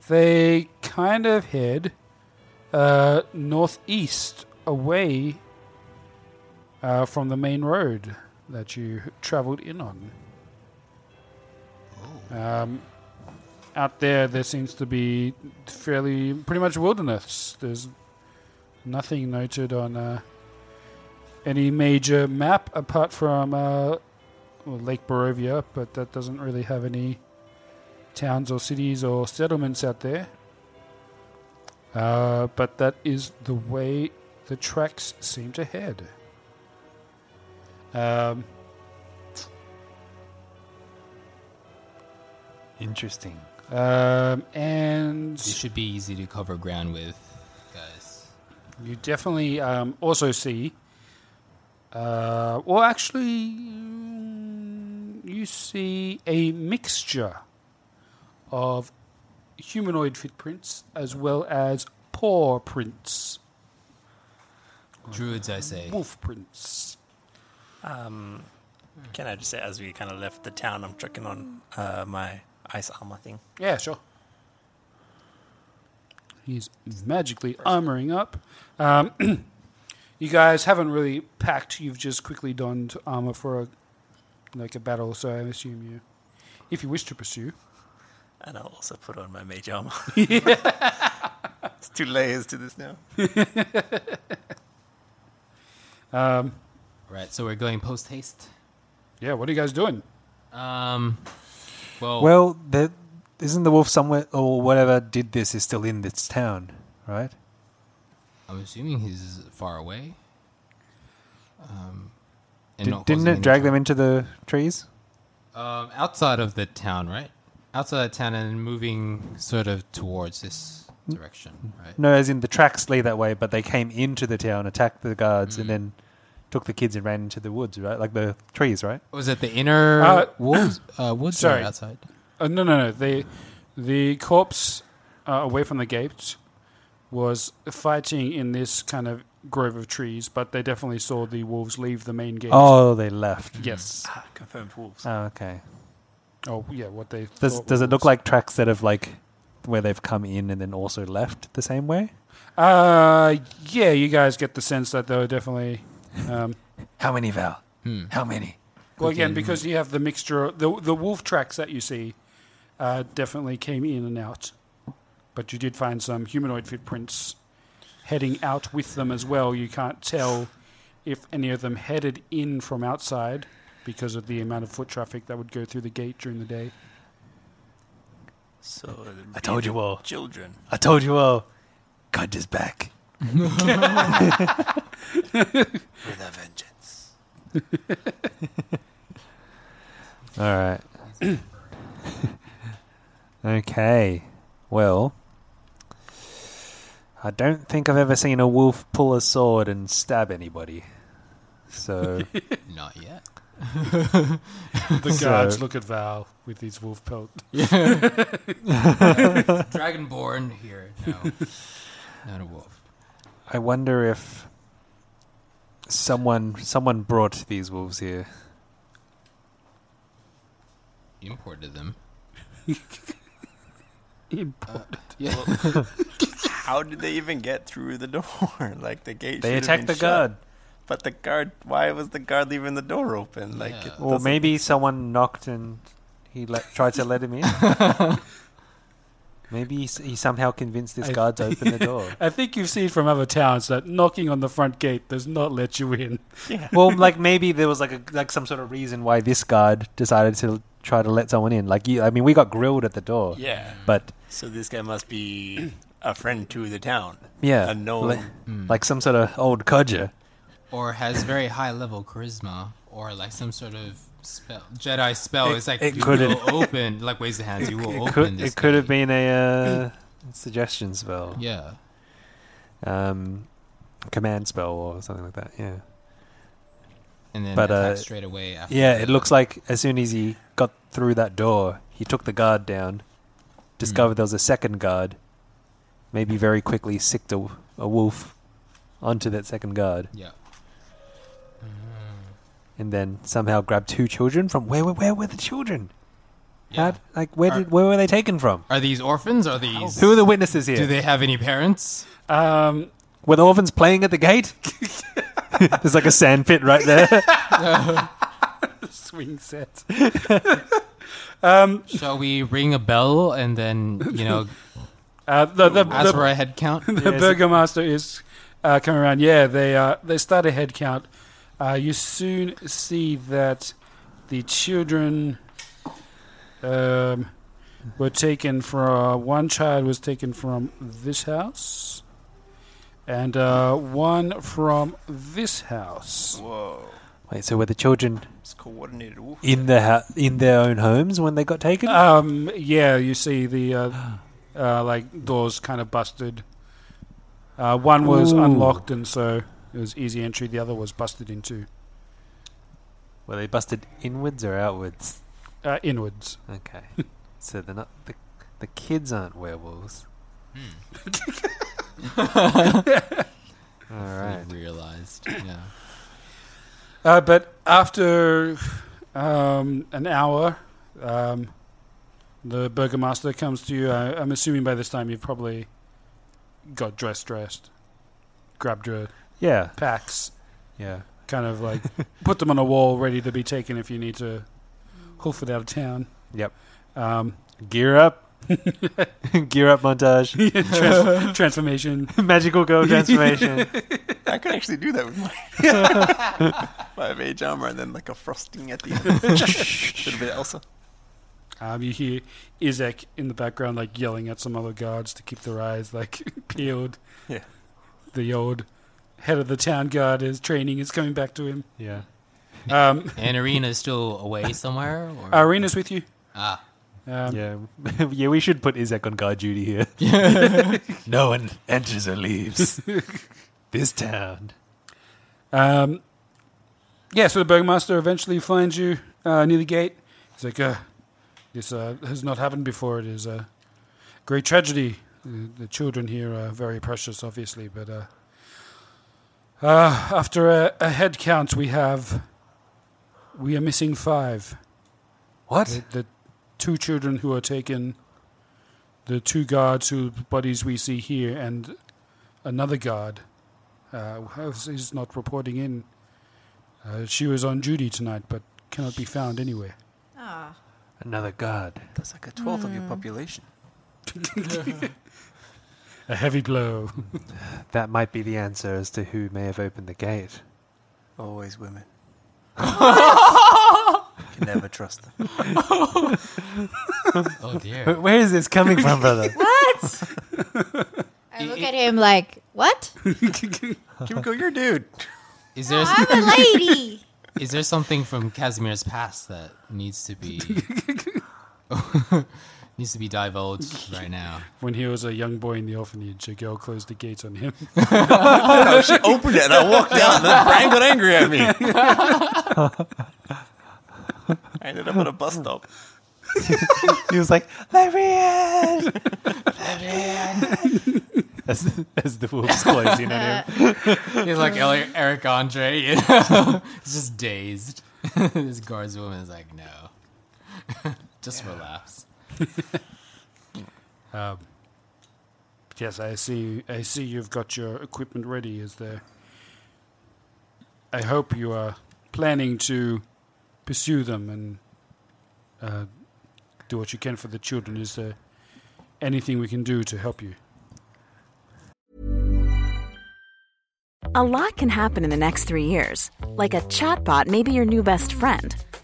S4: They kind of head uh, northeast away uh, from the main road that you traveled in on. Um, out there, there seems to be fairly pretty much wilderness. There's nothing noted on uh, any major map apart from uh, well, Lake Barovia, but that doesn't really have any towns or cities or settlements out there. Uh, but that is the way the tracks seem to head. Um,
S3: Interesting.
S4: um,
S6: It
S4: and
S6: should be easy to cover ground with, guys.
S4: you definitely um, also see, uh, well, actually, mm, you see a mixture of humanoid footprints as well as paw prints,
S6: Druids, I say.
S4: wolf prints.
S7: [LAUGHS] Um, can I just say, as we kind of left the town, I'm checking on uh, my ice armor thing.
S4: Yeah, sure. He's magically armoring up. Um, [CLEARS THROAT] you guys haven't really packed. You've just quickly donned armor for a like a battle. So I assume you, if you wish to pursue.
S7: And I'll also put on my
S3: [LAUGHS]
S7: mage armor. it's two layers to this
S3: [LAUGHS]
S7: now.
S4: Um,
S6: Right, so we're going post haste.
S4: yeah, what are you guys doing?
S6: Um, [CLEARS THROAT] well,
S3: Well, the, isn't the wolf somewhere or whatever did this is still in this town, right?
S6: I'm assuming he's far away. Um, and
S3: Did,
S6: not
S3: didn't
S6: causing
S3: it
S6: any
S3: drag
S6: trouble.
S3: them into the trees?
S6: Um, outside of the town, right? Outside of town and moving sort of towards this direction, right?
S3: No, as in the tracks lead that way, but they came into the town, attacked the guards,
S4: Mm.
S3: and then took the kids and ran into the woods, right? Like the trees, right?
S6: Was it the inner
S4: Uh, [CLEARS THROAT]
S6: woods? Uh, woods
S4: sorry.
S6: or outside?
S4: Uh, no, no, no. The the corpse uh, away from the gate was fighting in this kind of grove of trees, but they definitely saw the wolves leave the main gate.
S3: Oh, they left.
S4: yes.
S7: Ah, confirmed wolves.
S3: Oh, okay.
S4: Oh, yeah. What they
S3: Does
S4: thought were
S3: does it look
S4: wolves.
S3: like tracks that have like where they've come in and then also left the same way?
S4: Uh, yeah, you guys get the sense that they were definitely. Um,
S3: [LAUGHS]
S4: Hmm.
S3: How many, Val? How many?
S4: well, again, because you have the mixture, the the wolf tracks that you see, uh, definitely came in and out, but you did find some humanoid footprints heading out with them as well. You can't tell if any of them headed in from outside because of the amount of foot traffic that would go through the gate during the day.
S7: So it'd
S3: I
S7: be
S3: told
S7: the
S3: you all.
S7: Children.
S3: I told you all. God is [LAUGHS] back.
S7: With a vengeance.
S3: [LAUGHS] All right. [CLEARS THROAT] okay. Well, I don't think I've ever seen a wolf pull a sword and stab anybody.
S6: [LAUGHS]
S3: So
S6: Not yet. [LAUGHS]
S4: The guards
S3: So-
S4: look at Val with his wolf pelt. [LAUGHS]
S3: [LAUGHS]
S6: [LAUGHS] Dragonborn here. No. [LAUGHS] Not a wolf.
S3: I wonder if someone someone brought these wolves here.
S6: Imported them.
S4: Important.
S6: Yeah. [LAUGHS]
S7: How did they even get through the door? [LAUGHS] Like the gate.
S3: They
S7: should have
S3: attacked the
S7: been
S3: guard,
S7: shut. But the guard. Why was the guard leaving the door open? Like,
S6: Yeah.
S7: it
S3: or
S7: doesn't-
S3: maybe someone knocked and he let, tried to let him in.
S6: [LAUGHS]
S3: maybe he, s- he somehow convinced this
S4: I-
S3: guard to
S6: [LAUGHS]
S3: open the door.
S4: [LAUGHS] I think you've seen from other towns that knocking on the front gate does not let you in.
S3: [LAUGHS] well, like maybe there was like a, like some sort of reason [LAUGHS] why this guard decided to try to let someone in. Like, you, I mean, we got grilled at the door.
S7: Yeah.
S3: But
S7: So this guy must be a friend to the town.
S3: yeah,
S7: A known. Hmm.
S3: li-
S6: Hmm.
S3: [LAUGHS] like some sort of old codger.
S6: Or has very high level charisma. Or like some sort of spell Jedi spell. it's like
S3: it
S6: you
S3: could-
S6: will open like waves of hands,
S7: [LAUGHS]
S6: you will open
S3: Could,
S6: this
S3: it could have
S6: gate.
S3: been a
S6: [CLEARS THROAT]
S3: uh, suggestion spell,
S6: Yeah.
S3: um, command spell, or something like that. Yeah,
S6: And then
S3: But,
S6: attack
S3: uh,
S6: straight away after
S3: yeah.
S6: the-
S3: It looks like as soon as he got through that door, he took the guard down, discovered
S6: Mm.
S3: there was a second guard, maybe very quickly sicked a, a wolf onto that second guard.
S6: Yeah. Mm.
S3: and then somehow grabbed two children from where? Where, where were the children?
S6: Yeah.
S3: How- like where
S6: Are-
S3: did where were they taken from?
S6: Are these orphans? Are these
S3: Who are the witnesses here?
S6: do they have any parents?
S4: Um,
S3: were the orphans playing at the
S4: [LAUGHS]
S3: gate? There's like a sandpit right there.
S4: [LAUGHS]
S3: [LAUGHS]
S4: swing set.
S3: um,
S6: Shall we ring a bell and then,
S3: [LAUGHS]
S6: you know,
S4: Uh, the the,
S6: ask
S4: the,
S6: for a head count?
S4: [LAUGHS] the burgomaster is uh, coming around. Yeah, they uh, they start a head count. Uh, you soon see that the children um, were taken from. uh, One child was taken from this house, and uh, one from this house.
S7: Whoa.
S3: Wait, so were the children
S7: It's coordinated. Ooh.
S3: in the ha- in their own homes when they got taken?
S4: Um, yeah, you see the uh, uh, like doors kind of busted. Uh, one was
S3: Ooh.
S4: unlocked, and so it was easy entry. The other was busted into
S3: were they busted inwards or outwards?
S4: uh, inwards.
S3: Okay, [LAUGHS] so they're not the the kids aren't werewolves.
S6: Hmm.
S3: [LAUGHS]
S6: [LAUGHS]
S3: All right.
S6: We realized. Yeah.
S4: Uh, but after um, an hour, um, the burgomaster comes to you. I, I'm assuming by this time you've probably got dressed, dressed, grabbed your
S3: Yeah.
S4: packs,
S3: Yeah.
S4: kind
S3: [LAUGHS]
S4: of like put them on a wall, ready to be taken if you need to hoof it out of town.
S3: Yep.
S4: Um,
S3: [LAUGHS]
S4: [LAUGHS]
S3: Gear up. Gear up montage. [LAUGHS]
S4: Trans- transformation.
S3: Magical girl transformation.
S7: I could actually do that with my
S3: [LAUGHS]
S7: [LAUGHS] five age armor and then like a frosting at the end. Should have been Elsa.
S4: Um, you hear Izek in the background, like yelling at some other guards to keep their eyes like [LAUGHS] peeled.
S7: Yeah.
S4: The old head of the town guard is training is coming back to him.
S3: yeah.
S4: Um,
S6: [LAUGHS] And Arena is still away somewhere? Or?
S3: Uh,
S4: Arena's with you.
S6: ah,
S4: Um,
S3: Yeah, [LAUGHS] yeah. We should put Izek on guard duty here. [LAUGHS] no one enters or
S4: [LAUGHS]
S3: leaves [LAUGHS] this town.
S4: Um, yeah, so the burgomaster eventually finds you uh, near the gate. He's like, uh, "This uh, has not happened before. It is a great tragedy. The, the children here are very precious, obviously, but uh, uh, after a, a head count, we have we are missing five.
S3: What?
S4: The, the two children who are taken, the two guards whose bodies we see here, and another guard uh, who is not reporting in. Uh, she was on duty tonight, but cannot be found anywhere.
S6: Ah.
S5: Oh,
S3: Another guard.
S7: That's like a twelfth of
S3: Hmm.
S4: Mm.
S7: your
S3: [LAUGHS]
S7: population.
S4: A heavy blow.
S3: That might be the answer as to who may have opened the
S6: [LAUGHS]
S3: gate.
S7: Always women. Can never trust them.
S6: oh dear.
S3: Wh- [LAUGHS] Where is this coming from,
S5: [LAUGHS]
S6: [LAUGHS]
S3: brother?
S7: [LAUGHS]
S5: I look
S3: [LAUGHS]
S5: at him like, what?
S7: Kimiko, you're a dude.
S6: Is there
S5: I'm
S3: [LAUGHS]
S5: a Ah, lady.
S6: [LAUGHS] is there something from Casimir's past that needs to be Needs to be divulged right now.
S4: When he was a young boy in the orphanage, a girl closed the gates on
S7: [LAUGHS]
S4: him.
S7: She opened it and I walked out and the brain got angry at me. I ended up at a bus stop.
S3: He was like, Larian! Larian! as, as the wolf's closing on him.
S6: [LAUGHS] He's like Eli- Eric Andre, you know? [LAUGHS] He's just dazed. [LAUGHS] this guards woman is like, no. [LAUGHS] just relax.
S4: [LAUGHS] Um, yes, I see. I see you've got your equipment ready. Is there? I hope you are planning to pursue them and uh, do what you can for the children. Is there anything we can do to help you?
S8: A lot can happen in the next three years. Like a chatbot may be your new best friend.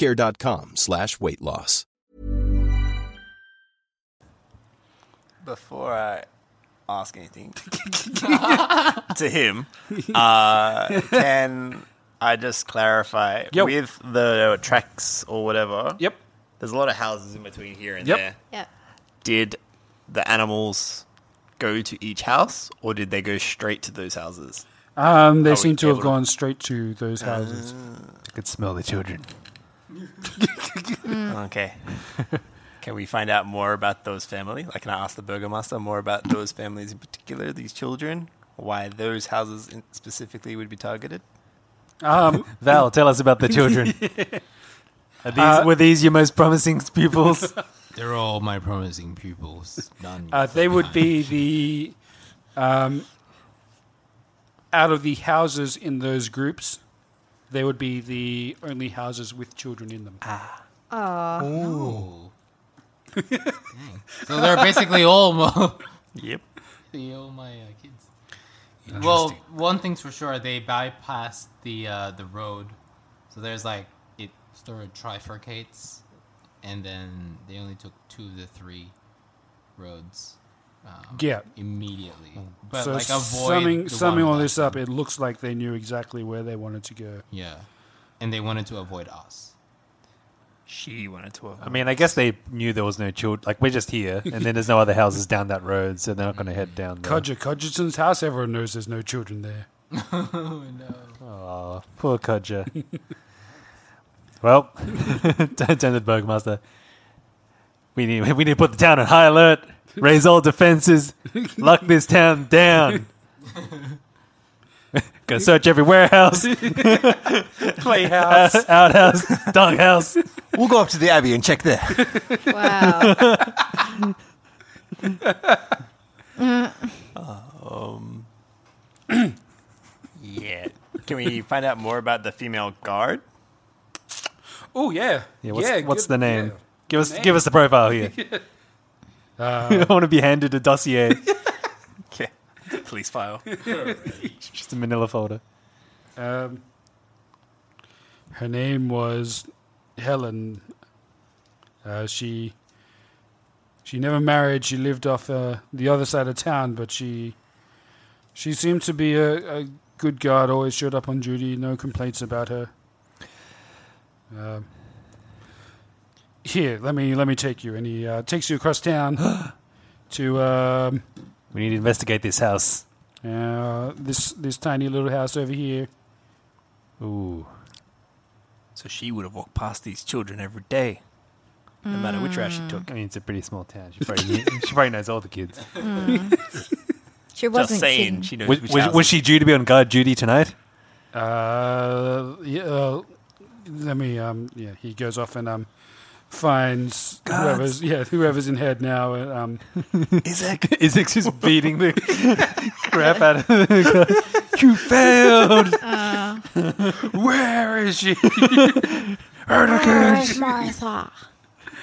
S9: plushcare.com slash weight loss.
S7: Before I ask anything [LAUGHS] to him, uh, can I just clarify
S4: Yep.
S7: with the tracks or whatever?
S4: Yep.
S7: There's a lot of houses in between here and
S4: Yep.
S7: there.
S5: Yep.
S7: Did the animals go to each house or did they go straight to those houses?
S4: Um, they
S7: Are we
S4: seem to have
S7: able to- Ah.
S4: gone straight to those houses.
S3: I could smell the
S4: [LAUGHS]
S3: children.
S7: [LAUGHS] Okay. Can we find out more about those families? Like, can I ask the burgomaster more about those families in particular, these children? Why those houses in- specifically would be targeted?
S4: Um,
S3: Val, tell us about the
S4: [LAUGHS]
S3: children. Are these,
S4: Uh,
S3: were these your most promising
S4: [LAUGHS]
S3: pupils? [LAUGHS]
S6: They're all my promising pupils. None.
S4: Uh, they would be the um, out of the houses in those groups. They would be the only houses with children in them.
S6: Ah. Ooh. Dang. so they're basically all my,
S7: Yep.
S6: the- all my uh, kids. Well, one thing's for sure, they bypassed the uh, the road, so there's like it sort of trifurcates, and then they only took two of the three roads um,
S4: yeah.
S6: immediately. But
S4: so
S6: like avoid
S4: summing
S6: the
S4: summing
S6: one
S4: all
S6: left.
S4: this up, it looks like they knew exactly where they wanted to go.
S6: Yeah, and they wanted to avoid us.
S7: She wanted to.
S3: I mean, I guess they knew there was no children. Like, we're just here, and then there's no other houses down that road, so they're not going to head down there.
S4: Codger Codgerson's house. Everyone knows there's no
S6: [LAUGHS]
S4: children there.
S6: Oh,
S3: Poor
S4: [LAUGHS]
S3: codger. well, [LAUGHS] turn turn to the Burgmaster. We need, we need to put the town on high alert, raise all defenses, lock this town down. [LAUGHS] Gonna search every [LAUGHS]
S7: [LAUGHS]
S3: warehouse, [LAUGHS]
S4: Playhouse.
S3: outhouse, dung house.
S7: We'll go up to the Abbey and check there.
S5: Wow.
S7: [LAUGHS] Um.
S3: [CLEARS THROAT]
S7: Yeah. Can we find out more about the female guard?
S4: Oh yeah,
S3: Yeah, what's,
S4: yeah,
S3: what's
S4: good-
S3: the name?
S4: yeah.
S3: Give us
S4: Name.
S3: give us the profile [LAUGHS] here. I [LAUGHS]
S4: Uh, [LAUGHS]
S3: want to be handed a
S7: [LAUGHS]
S3: dossier,
S7: Okay. Police file.
S3: just a manila folder.
S4: um, her name was Helen. Uh, she she never married. She lived off uh, the other side of town, but she she seemed to be a, a good guard. Always showed up on duty. No complaints about her. Um, here, let me let me take you, and he uh, takes you across town [GASPS] to. Um,
S3: We need to investigate this house.
S4: Uh, this this tiny little house over here.
S3: Ooh.
S7: So she would have walked past these children every day, no matter which route she took.
S3: Mm. I mean, it's a pretty small town. She probably, knew, she probably knows all the kids.
S5: Mm.
S3: Hmm.
S10: She wasn't
S7: saying,
S10: kidding.
S7: she knows
S3: Was,
S7: which
S3: was,
S7: house
S3: was she due to be on guard duty tonight?
S4: Uh, yeah, uh, let me. Um, yeah, he goes off and um, finds
S3: Guards.
S4: whoever's yeah whoever's in head now. uh, Um,
S7: Isaac,
S4: [LAUGHS]
S3: Isaac's just beating the crap out of the guy. You failed.
S4: Where is she?
S10: Where's Martha?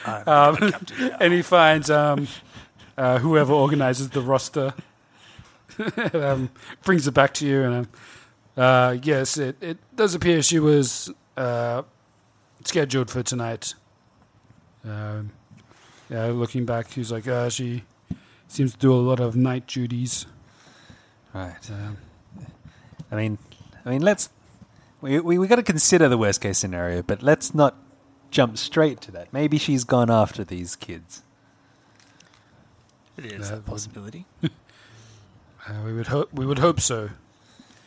S4: um, [LAUGHS] and he finds um, uh, whoever organizes the roster. [LAUGHS] and, um, brings it back to you, and um, uh, yes, it, it does appear she was uh, scheduled for tonight. Um, yeah, looking back, he's like, uh, she seems to do a lot of night duties. Uh,
S3: Right. I mean, I mean, let's we we, we got to consider the worst case scenario, but let's not jump straight to that. Maybe she's gone after these kids.
S7: It is a possibility.
S4: [LAUGHS] Uh, we would hope. We would hope so.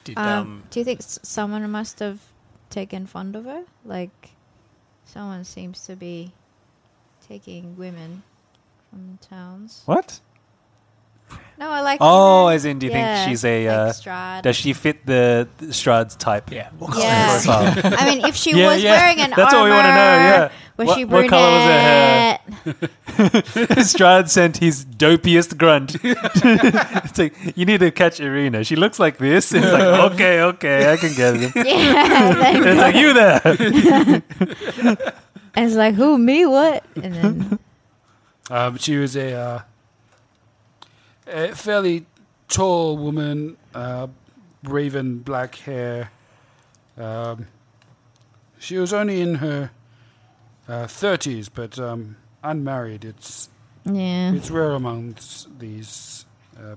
S7: Did
S5: Um,
S7: um,
S5: do you think s- someone must have taken fond of her? Like, someone seems to be taking women from towns.
S3: What?
S5: No, I like.
S3: Oh,
S5: her.
S3: as in, do you
S5: Yeah,
S3: think she's a?
S5: like
S3: Uh,
S5: Strahd.
S3: does she fit the, the Strahd's type?
S7: Yeah.
S5: Yeah.
S3: profile?
S5: [LAUGHS] I mean, if she
S3: Yeah,
S5: was
S3: yeah.
S5: wearing an
S3: That's what we
S5: armor,
S3: want to know. Yeah.
S5: was
S3: what,
S5: she
S3: what
S5: brunette?
S3: color was her hair? [LAUGHS] Strahd sent his dopiest grunt. [LAUGHS] it's like, you need to catch Irina. She looks like this. And it's
S4: [LAUGHS]
S3: like, okay, okay, I can get it. [LAUGHS]
S5: Yeah, thank
S3: it's like,
S5: God.
S3: you there.
S5: [LAUGHS] And it's like, who, me, what?
S3: [LAUGHS]
S5: And then,
S4: Um, she was a, uh, a fairly tall woman, uh, raven black hair. Um, she was only in her uh, thirties, but um, unmarried. It's
S5: yeah.
S4: it's rare amongst these uh,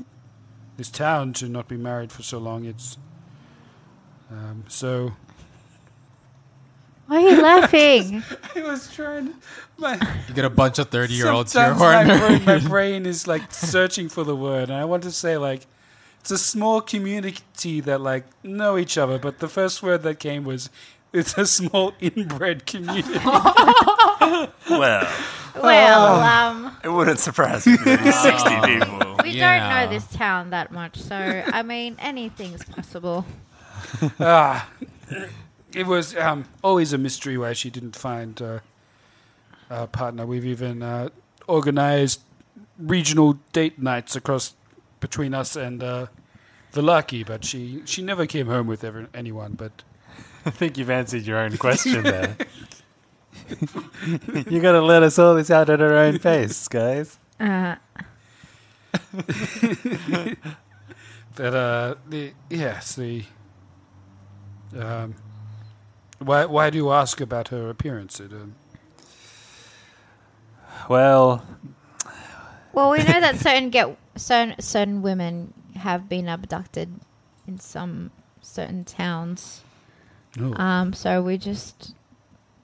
S4: this town to not be married for so long. It's um, so
S5: Why are you laughing?
S4: I was trying my
S6: You get a bunch of 30 year olds here
S4: Sometimes
S6: who are
S4: my brain,
S6: married. [LAUGHS]
S4: my brain is like searching for the word, and I want to say like it's a small community that like know each other, but the first word that came was it's a small [LAUGHS] inbred community.
S7: well,
S5: [LAUGHS] Well,
S6: Oh.
S5: um,
S7: it wouldn't surprise me. if it
S5: [LAUGHS]
S7: was Sixty people.
S5: we
S6: Yeah.
S5: don't know this town that much, so I mean, anything's possible.
S4: ah, it was um, always a mystery why she didn't find uh, a partner. We've even uh, organized regional date nights across between us and uh, Velaki, but she she never came home with every, anyone. But
S3: I think you've answered your own
S4: [LAUGHS]
S3: question there. [LAUGHS] you got to let us all this out at our own pace, guys.
S5: Uh,
S4: But uh, the yes, the um, why why do you ask about her appearance? It, um,
S3: Well,
S5: well, we know that certain get certain certain women have been abducted in some certain towns.
S4: Oh.
S5: Um, so we just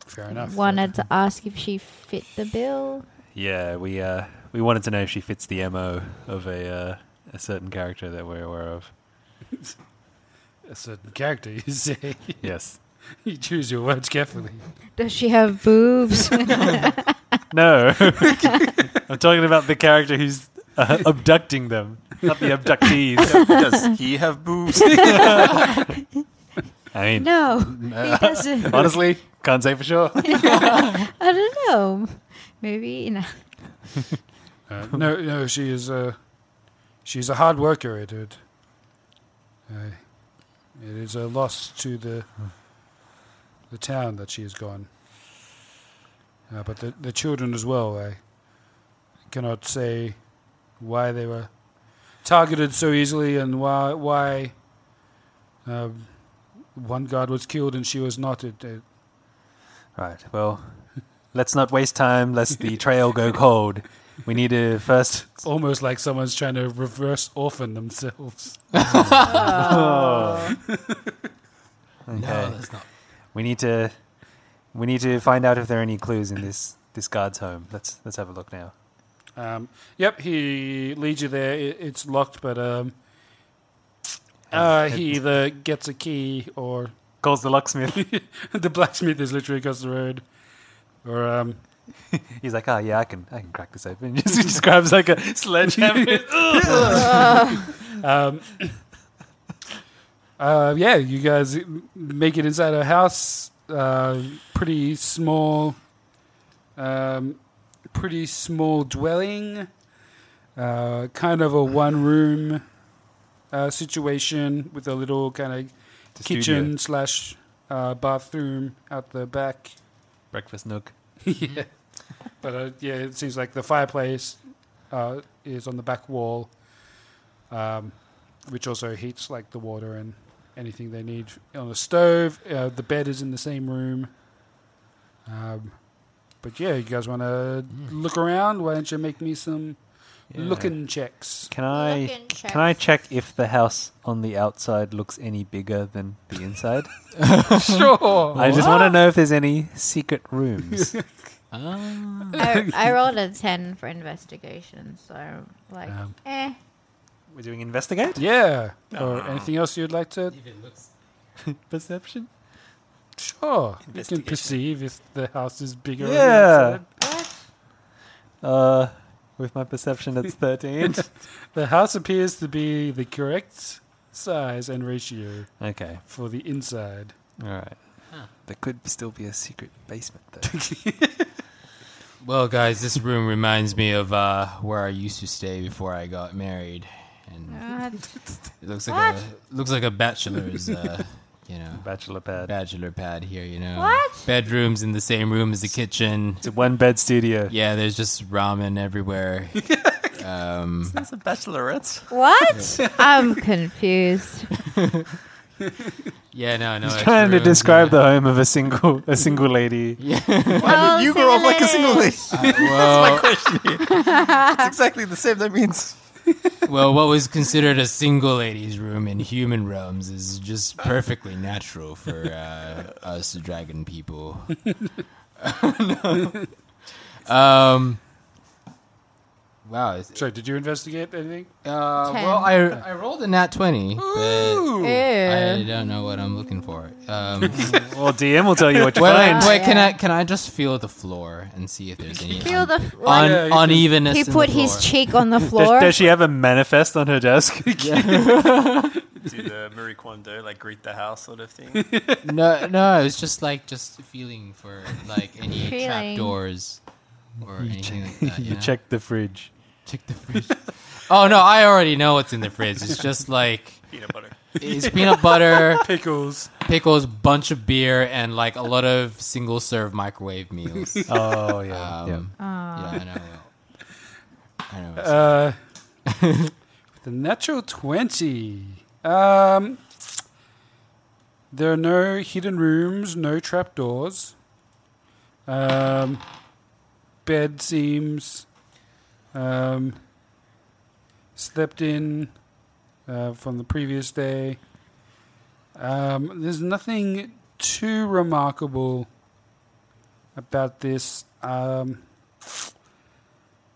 S4: fair enough.
S5: wanted to ask if she fit the bill.
S3: yeah, we uh, we wanted to know if she fits the mo of a uh, a certain character that we're aware of.
S4: a certain character. You say
S3: Yes.
S4: [LAUGHS] you choose your words carefully.
S5: Does she have boobs? [LAUGHS]
S3: No, [LAUGHS] I'm talking about the character who's uh, abducting them, not the [LAUGHS] abductees.
S7: Does he
S3: [LAUGHS]
S7: have boobs?
S3: I mean,
S5: no, he doesn't.
S3: honestly, can't say for sure.
S5: I don't know. Maybe you know.
S4: Uh, no, no, she is a she's a hard worker. It, it uh, It is a loss to the the town that she has gone. Uh, but the, the children as well. I cannot say why they were targeted so easily and why why um, one guard was killed and she was not. It, it,
S3: Right. Well, let's not waste time lest the trail go cold. We need to first.
S4: almost like someone's trying to reverse orphan themselves.
S3: Oh.
S6: No, that's not-
S3: We need to. We need to find out if there are any clues in this this guard's home. Let's let's have a look now.
S4: Um, yep, he leads you there. It, it's locked, but um, uh, he either gets a key or
S3: calls the locksmith.
S4: [LAUGHS] the blacksmith is literally across the road. Or um,
S3: [LAUGHS] he's like, oh yeah, I can I can crack this
S4: [LAUGHS]
S3: open. He just, just grabs like a [LAUGHS] sledgehammer.
S4: [LAUGHS] um, uh, yeah, you guys make it inside a house. Uh, pretty small, um, pretty small dwelling. Uh, kind of a one room uh, situation with a little kind of
S3: a
S4: kitchen slash uh, bathroom out the back.
S3: [LAUGHS] Breakfast nook.
S4: [LAUGHS] yeah. But uh, yeah, it seems like the fireplace uh, is on the back wall, um, which also heats like the water and anything they need on the stove. Uh, the bed is in the same room. Um, but yeah, you guys want to look around? Why don't you make me some
S3: Yeah. [LAUGHS]
S4: looking checks?
S3: Can I can I check if the house on the outside looks any bigger than the inside?
S4: Sure.
S3: I just want to know if there's any secret
S4: [LAUGHS]
S3: rooms.
S5: I, I rolled a 10 for investigation, so, like,
S3: Um,
S5: eh.
S3: We're doing investigate.
S4: Yeah. Or anything else you'd like to? [LAUGHS]
S3: Perception.
S4: Sure. Oh, You can perceive if the house is bigger. on the
S3: Yeah.
S4: outside.
S3: Uh, with my perception, it's thirteen.
S4: [LAUGHS] the house appears to be the correct size and ratio
S3: okay.
S4: for the inside.
S3: All right. There could still be a secret basement, though.
S6: Well, guys, this room reminds me of uh, where I used to stay before I got married, and it looks like
S5: What?
S6: a looks like a bachelor's, uh, [LAUGHS] you know,
S3: bachelor pad,
S6: bachelor pad here. You know,
S5: What?
S6: Bedrooms in the same room as the kitchen. It's
S3: a one bed studio.
S6: Yeah, there's just ramen
S3: [LAUGHS]
S6: everywhere. um,
S7: That's a bachelorette.
S5: What? I'm confused.
S6: yeah, no, no.
S3: He's
S6: it's
S3: trying to
S6: rooms,
S3: describe the home of a single a single
S6: [LAUGHS]
S3: lady.
S7: Why did you grow up like a single lady? [LAUGHS]
S6: well-
S7: That's my question. here.
S5: [LAUGHS]
S7: it's exactly the same. That means
S6: [LAUGHS] Well, what was considered a single lady's room in human realms is just perfectly natural for uh, us dragon people. [LAUGHS] No. Um. [LAUGHS] Wow. it's-
S4: Sorry, did you investigate anything?
S6: Uh, well, I, I rolled a nat 20, but I don't know what I'm looking for.
S3: [LAUGHS]
S6: Um,
S3: Well, DM will tell you what you
S6: well,
S3: find.
S6: wait, can I can I just feel the floor and see if there's any
S5: Feel the f-
S6: un-
S5: like,
S6: unevenness?
S5: he
S6: in the
S5: put his
S6: floor?
S5: cheek on the
S3: Does,
S5: floor.
S3: does she have a manifest on her desk? [LAUGHS]
S7: do the Marie Kondo like greet the house sort of thing.
S6: [LAUGHS] No, no, it was just like just feeling for like any
S5: Feeling.
S6: trap doors or anything like
S3: [LAUGHS]
S6: that. You
S3: you
S6: know?
S3: check the fridge.
S6: check the fridge. oh no, I already know what's in the fridge. It's just like
S7: Peanut butter.
S6: it's peanut butter,
S7: [LAUGHS]
S4: Pickles.
S6: pickles, bunch of beer, and like a lot of single serve microwave meals.
S3: [LAUGHS] Oh yeah, yeah.
S6: Um, Yeah, I know. I know.
S4: Uh, [LAUGHS] the natural 20. Um, there are no hidden rooms, no trapdoors. Um, bed seems um, slept in uh, from the previous day. Um, there's nothing too remarkable about this. Um,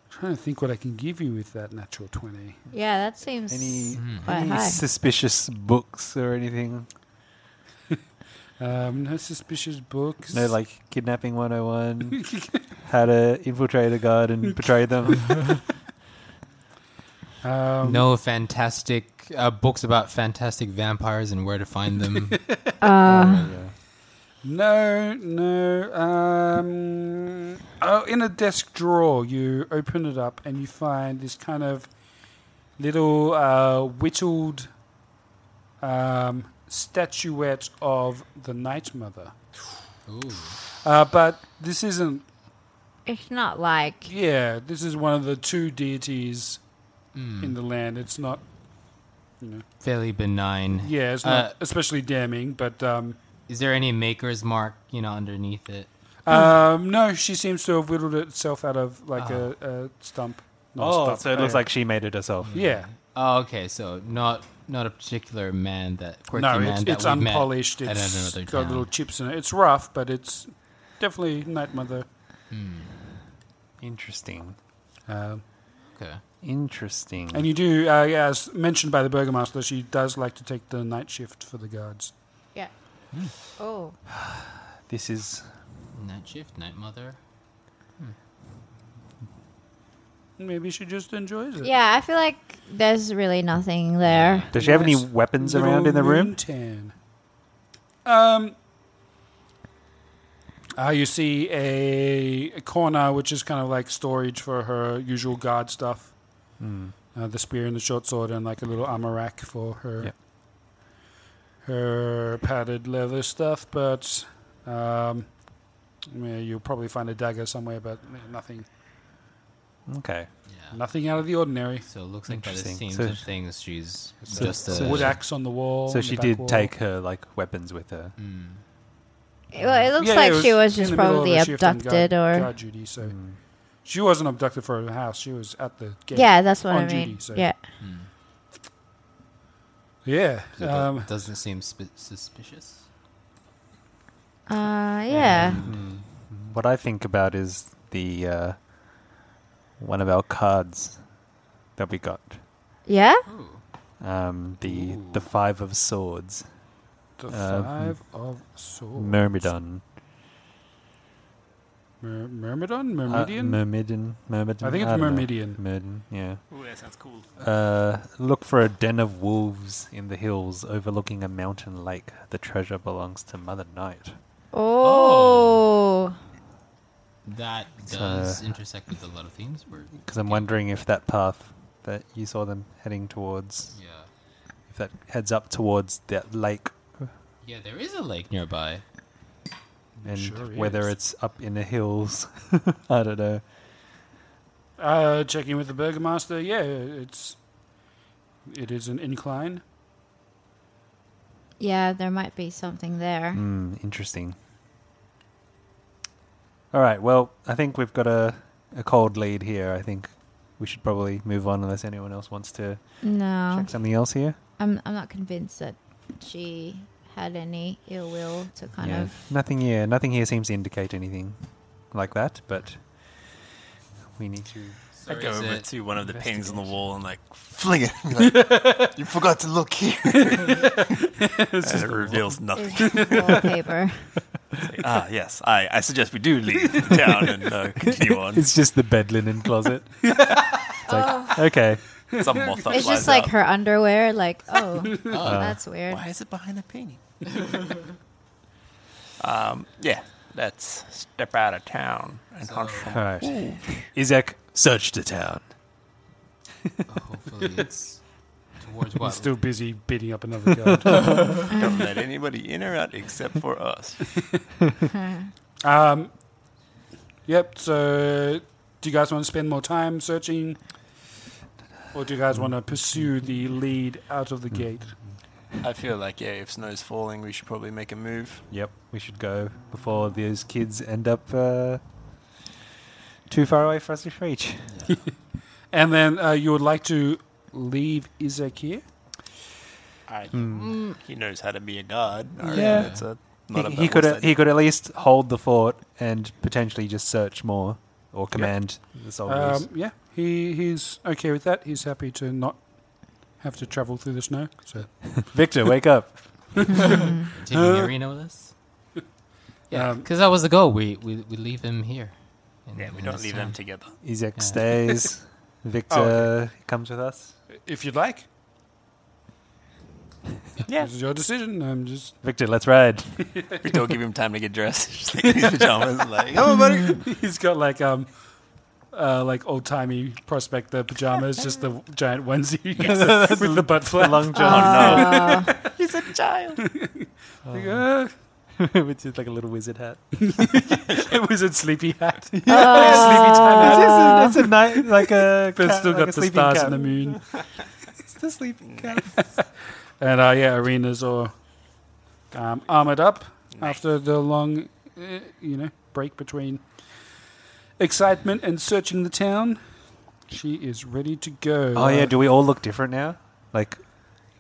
S4: trying to think what I can give you with that natural 20.
S5: yeah, that seems
S3: Any,
S6: Mm-hmm.
S5: quite
S3: any
S5: high.
S3: suspicious books or anything?
S4: Um, no suspicious books.
S3: No, like kidnapping
S4: [LAUGHS]
S3: 101, how to infiltrate a guard and betray them.
S4: um,
S6: no fantastic uh, books about fantastic vampires and where to find
S4: [LAUGHS]
S6: them.
S5: Uh,
S4: Uh, No, no. Um, oh, in a desk drawer, you open it up and you find this kind of little uh, whittled um, statuette of the Night Mother. Uh, but this isn't
S10: It's not like
S4: yeah, this is one of the two deities in the land. It's not, you know,
S6: [LAUGHS] Fairly benign.
S4: yeah, it's not
S6: Uh,
S4: especially damning. But um,
S6: is there any maker's mark, you know, underneath it?
S4: um, no, she seems to have whittled itself out of like
S6: Oh.
S4: a, a stump. Not a
S3: Oh,
S4: stump,
S3: so it looks
S4: a-
S3: like she made it herself.
S4: yeah.
S6: Oh, okay. So not not a particular man that quirky
S4: No,
S6: man
S4: it's,
S6: that
S4: it's
S6: we've met
S4: unpolished.
S6: at
S4: It's
S6: another
S4: got
S6: town.
S4: little chips in it. It's rough, but it's definitely Night Mother. Hmm.
S7: Interesting.
S4: Um,
S6: okay.
S7: Interesting.
S4: And you do, uh, yeah, as mentioned by the burgomaster, she does like to take the night shift for the guards.
S10: yeah. Oh,
S3: This is
S6: night shift, night mother.
S4: Maybe she just enjoys it.
S10: yeah. I feel like there's really nothing there.
S3: Does she have any
S4: Nice
S3: weapons
S4: little
S3: around in the room?
S4: moon Tan. Um. Uh, you see a, a corner which is kind of like storage for her usual guard stuff.
S3: Hmm.
S4: Uh, the spear and the short sword and like a little armor rack for her
S3: Yeah.
S4: her padded leather stuff, but um, yeah, you'll probably find a dagger somewhere, but nothing
S3: Okay.
S4: nothing out of the ordinary.
S6: So it looks like by the
S3: Interesting.
S6: seams
S3: So-
S6: of things, she's
S4: So-
S6: just a
S4: so wood axe on the wall.
S3: So
S4: on
S3: she
S4: the back
S3: did
S4: wall.
S3: take her like weapons with her.
S6: Hmm.
S10: Well, it looks
S4: Yeah, yeah,
S10: like
S4: it
S10: she was
S4: in
S10: just
S4: the middle of
S10: probably
S4: a shift on
S10: abducted
S4: guard,
S10: or
S4: guard duty. So
S3: Hmm.
S4: she wasn't abducted for her house. She was at the gate.
S10: yeah. That's what
S4: on
S10: I mean.
S4: Duty, so. Hmm.
S10: Yeah.
S4: Yeah.
S6: so that
S4: um,
S6: doesn't seem sp- suspicious.
S10: Uh, yeah.
S3: Mm-hmm. What I think about is the uh, one of our cards that we got.
S10: Yeah.
S3: Um, the the five of swords,
S4: the
S3: uh,
S4: five of swords.
S3: Myrmidon.
S4: Mer- Myrmidon?
S3: Uh,
S4: Myrmidian?
S3: Myrmidon. Myrmidon.
S4: I think it's
S3: don't know.
S4: Myrmidian.
S3: Myrmidon. Yeah.
S7: Ooh, that sounds cool.
S3: Uh, look for a den of wolves in the hills overlooking a mountain lake. The treasure belongs to Mother Night.
S10: Oh.
S6: That
S3: So-
S6: does intersect with a lot of themes. We're,
S3: Because I'm wondering if that path that you saw them heading towards,
S6: yeah,
S3: if that heads up towards that lake,
S6: yeah, there is a lake nearby.
S3: and
S4: sure
S3: whether
S4: is.
S3: it's up in the hills, [LAUGHS] I don't know.
S4: Uh, checking with the burgomaster. Yeah, it's it is an incline.
S10: Yeah. There might be something there.
S3: Hmm, interesting. All right. Well, I think we've got a a cold lead here. I think we should probably move on unless anyone else wants to
S10: No,
S3: check something else here.
S10: I'm. I'm not convinced that she had any ill will to kind
S3: yeah. [LAUGHS]
S10: of.
S3: Nothing here. Nothing here seems to indicate anything like that. But we need to.
S6: So
S7: I go
S6: is
S7: over
S6: it-
S7: to one of the paintings on the wall and like fling it. [LAUGHS] Like, you forgot to look here. [LAUGHS] and it reveals nothing.
S10: It's wallpaper.
S7: [LAUGHS] ah, yes. I, I suggest we do leave the town and
S3: [LAUGHS]
S7: uh, continue on.
S3: It's just the bed linen closet.
S7: [LAUGHS]
S3: it's like,
S10: Oh.
S3: okay.
S7: Some moth that
S10: It's just
S7: flies
S10: like
S7: out.
S10: her underwear. Like, oh, that's weird.
S7: Why is it behind the painting? um, yeah, let's step out of town and hunt for
S3: All right. Izek, search the town.
S6: Hopefully,
S7: [LAUGHS]
S6: it's towards what?
S4: Still busy beating up another guard.
S7: Don't let anybody in or out except for us.
S4: [LAUGHS] um, yep. So, do you guys want to spend more time searching, or do you guys want to pursue the lead out of the gate?
S7: I feel like, yeah, if snow's falling, we should probably make a move.
S3: [LAUGHS] Yep, we should go before those kids end up uh, too far away for us to reach.
S4: [LAUGHS] And then uh, you would like to leave Isaac here?
S7: I, He knows how to be a guard. I reckon
S3: Mm. Yeah.
S7: it's a,
S3: He,
S7: not a
S3: he
S7: bad-
S3: could
S7: what's
S3: a-
S7: that?
S3: he could at least hold the fort and potentially just search more or
S4: [LAUGHS]
S3: command the
S6: Oh,
S3: soldiers.
S4: Um, yeah, he he's okay with that. He's happy to not have to travel through the snow. So
S7: Oh,
S3: Victor, wake
S6: [LAUGHS]
S3: up!
S6: Did Miri know this? Yeah, because that was the goal. We we, we leave him here. in-
S7: Yeah, we
S6: in
S7: don't
S6: this
S7: leave them
S6: town.
S7: together.
S3: Izek
S6: [LAUGHS]
S3: stays. Victor comes with us.
S4: if you'd like, yeah, this is your decision. I'm just
S3: Victor, let's
S4: [LAUGHS]
S3: ride.
S7: [LAUGHS] We don't
S3: [LAUGHS]
S7: give him time to get dressed. [LAUGHS] He's just like in his pajamas, like, oh, buddy.
S4: [LAUGHS] he's got like um. Uh, like old timey prospector [LAUGHS]
S7: [LAUGHS]
S4: pajamas, just the giant onesie with the butt flap. Oh,
S3: Long John.
S10: Uh,
S7: He's a child.
S3: Oh. Which is like a little wizard hat. [LAUGHS]
S4: a wizard sleepy [LAUGHS] hat.
S3: Yeah, [LAUGHS] sleepy time. It's, it's, a- it's a night like a.
S4: But it's
S3: cat-
S4: still
S3: like
S4: got
S3: a
S4: the
S3: sleeping
S4: stars
S3: cat.
S4: and the moon.
S3: [LAUGHS] it's the sleeping cat.
S4: And uh, yeah, arenas are um, armored up after the long, uh, you know, break between excitement and searching the town. She is ready to go.
S3: Oh yeah, do we all look different now? Like,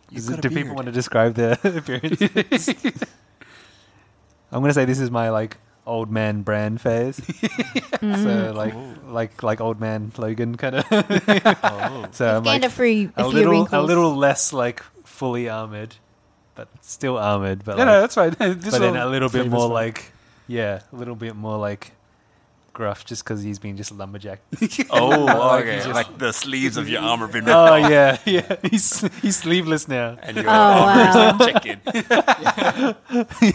S4: You've
S3: is
S4: got
S3: it,
S4: a
S3: do
S4: beard.
S3: people want to describe their [LAUGHS] appearances?
S4: [LAUGHS]
S3: I'm gonna say this is my like old man brand
S4: [LAUGHS]
S3: phase. so
S10: Mm.
S3: like like like old man Logan kind
S4: [LAUGHS]
S3: of.
S4: Oh.
S3: So
S10: You've
S3: I'm like
S10: gained a free- a
S3: a
S10: few
S3: little a
S10: wrinkles.
S3: little less like fully armored, but still armored. But
S4: No,
S3: like,
S4: no, that's fine. [LAUGHS] This
S3: but then
S4: will
S3: a little bit
S4: save us
S3: more
S4: fine.
S3: like yeah, a little bit more like gruff, just because he's been just a
S4: [LAUGHS]
S3: lumberjack.
S7: Oh,
S3: Like,
S7: okay.
S3: he's just-
S7: [LAUGHS] Like the sleeves of your [LAUGHS] arm have been ripped
S3: Oh
S7: off.
S3: yeah, yeah. [LAUGHS] He's he's sleeveless now.
S7: And your Oh, arm is wow. like
S3: chicken.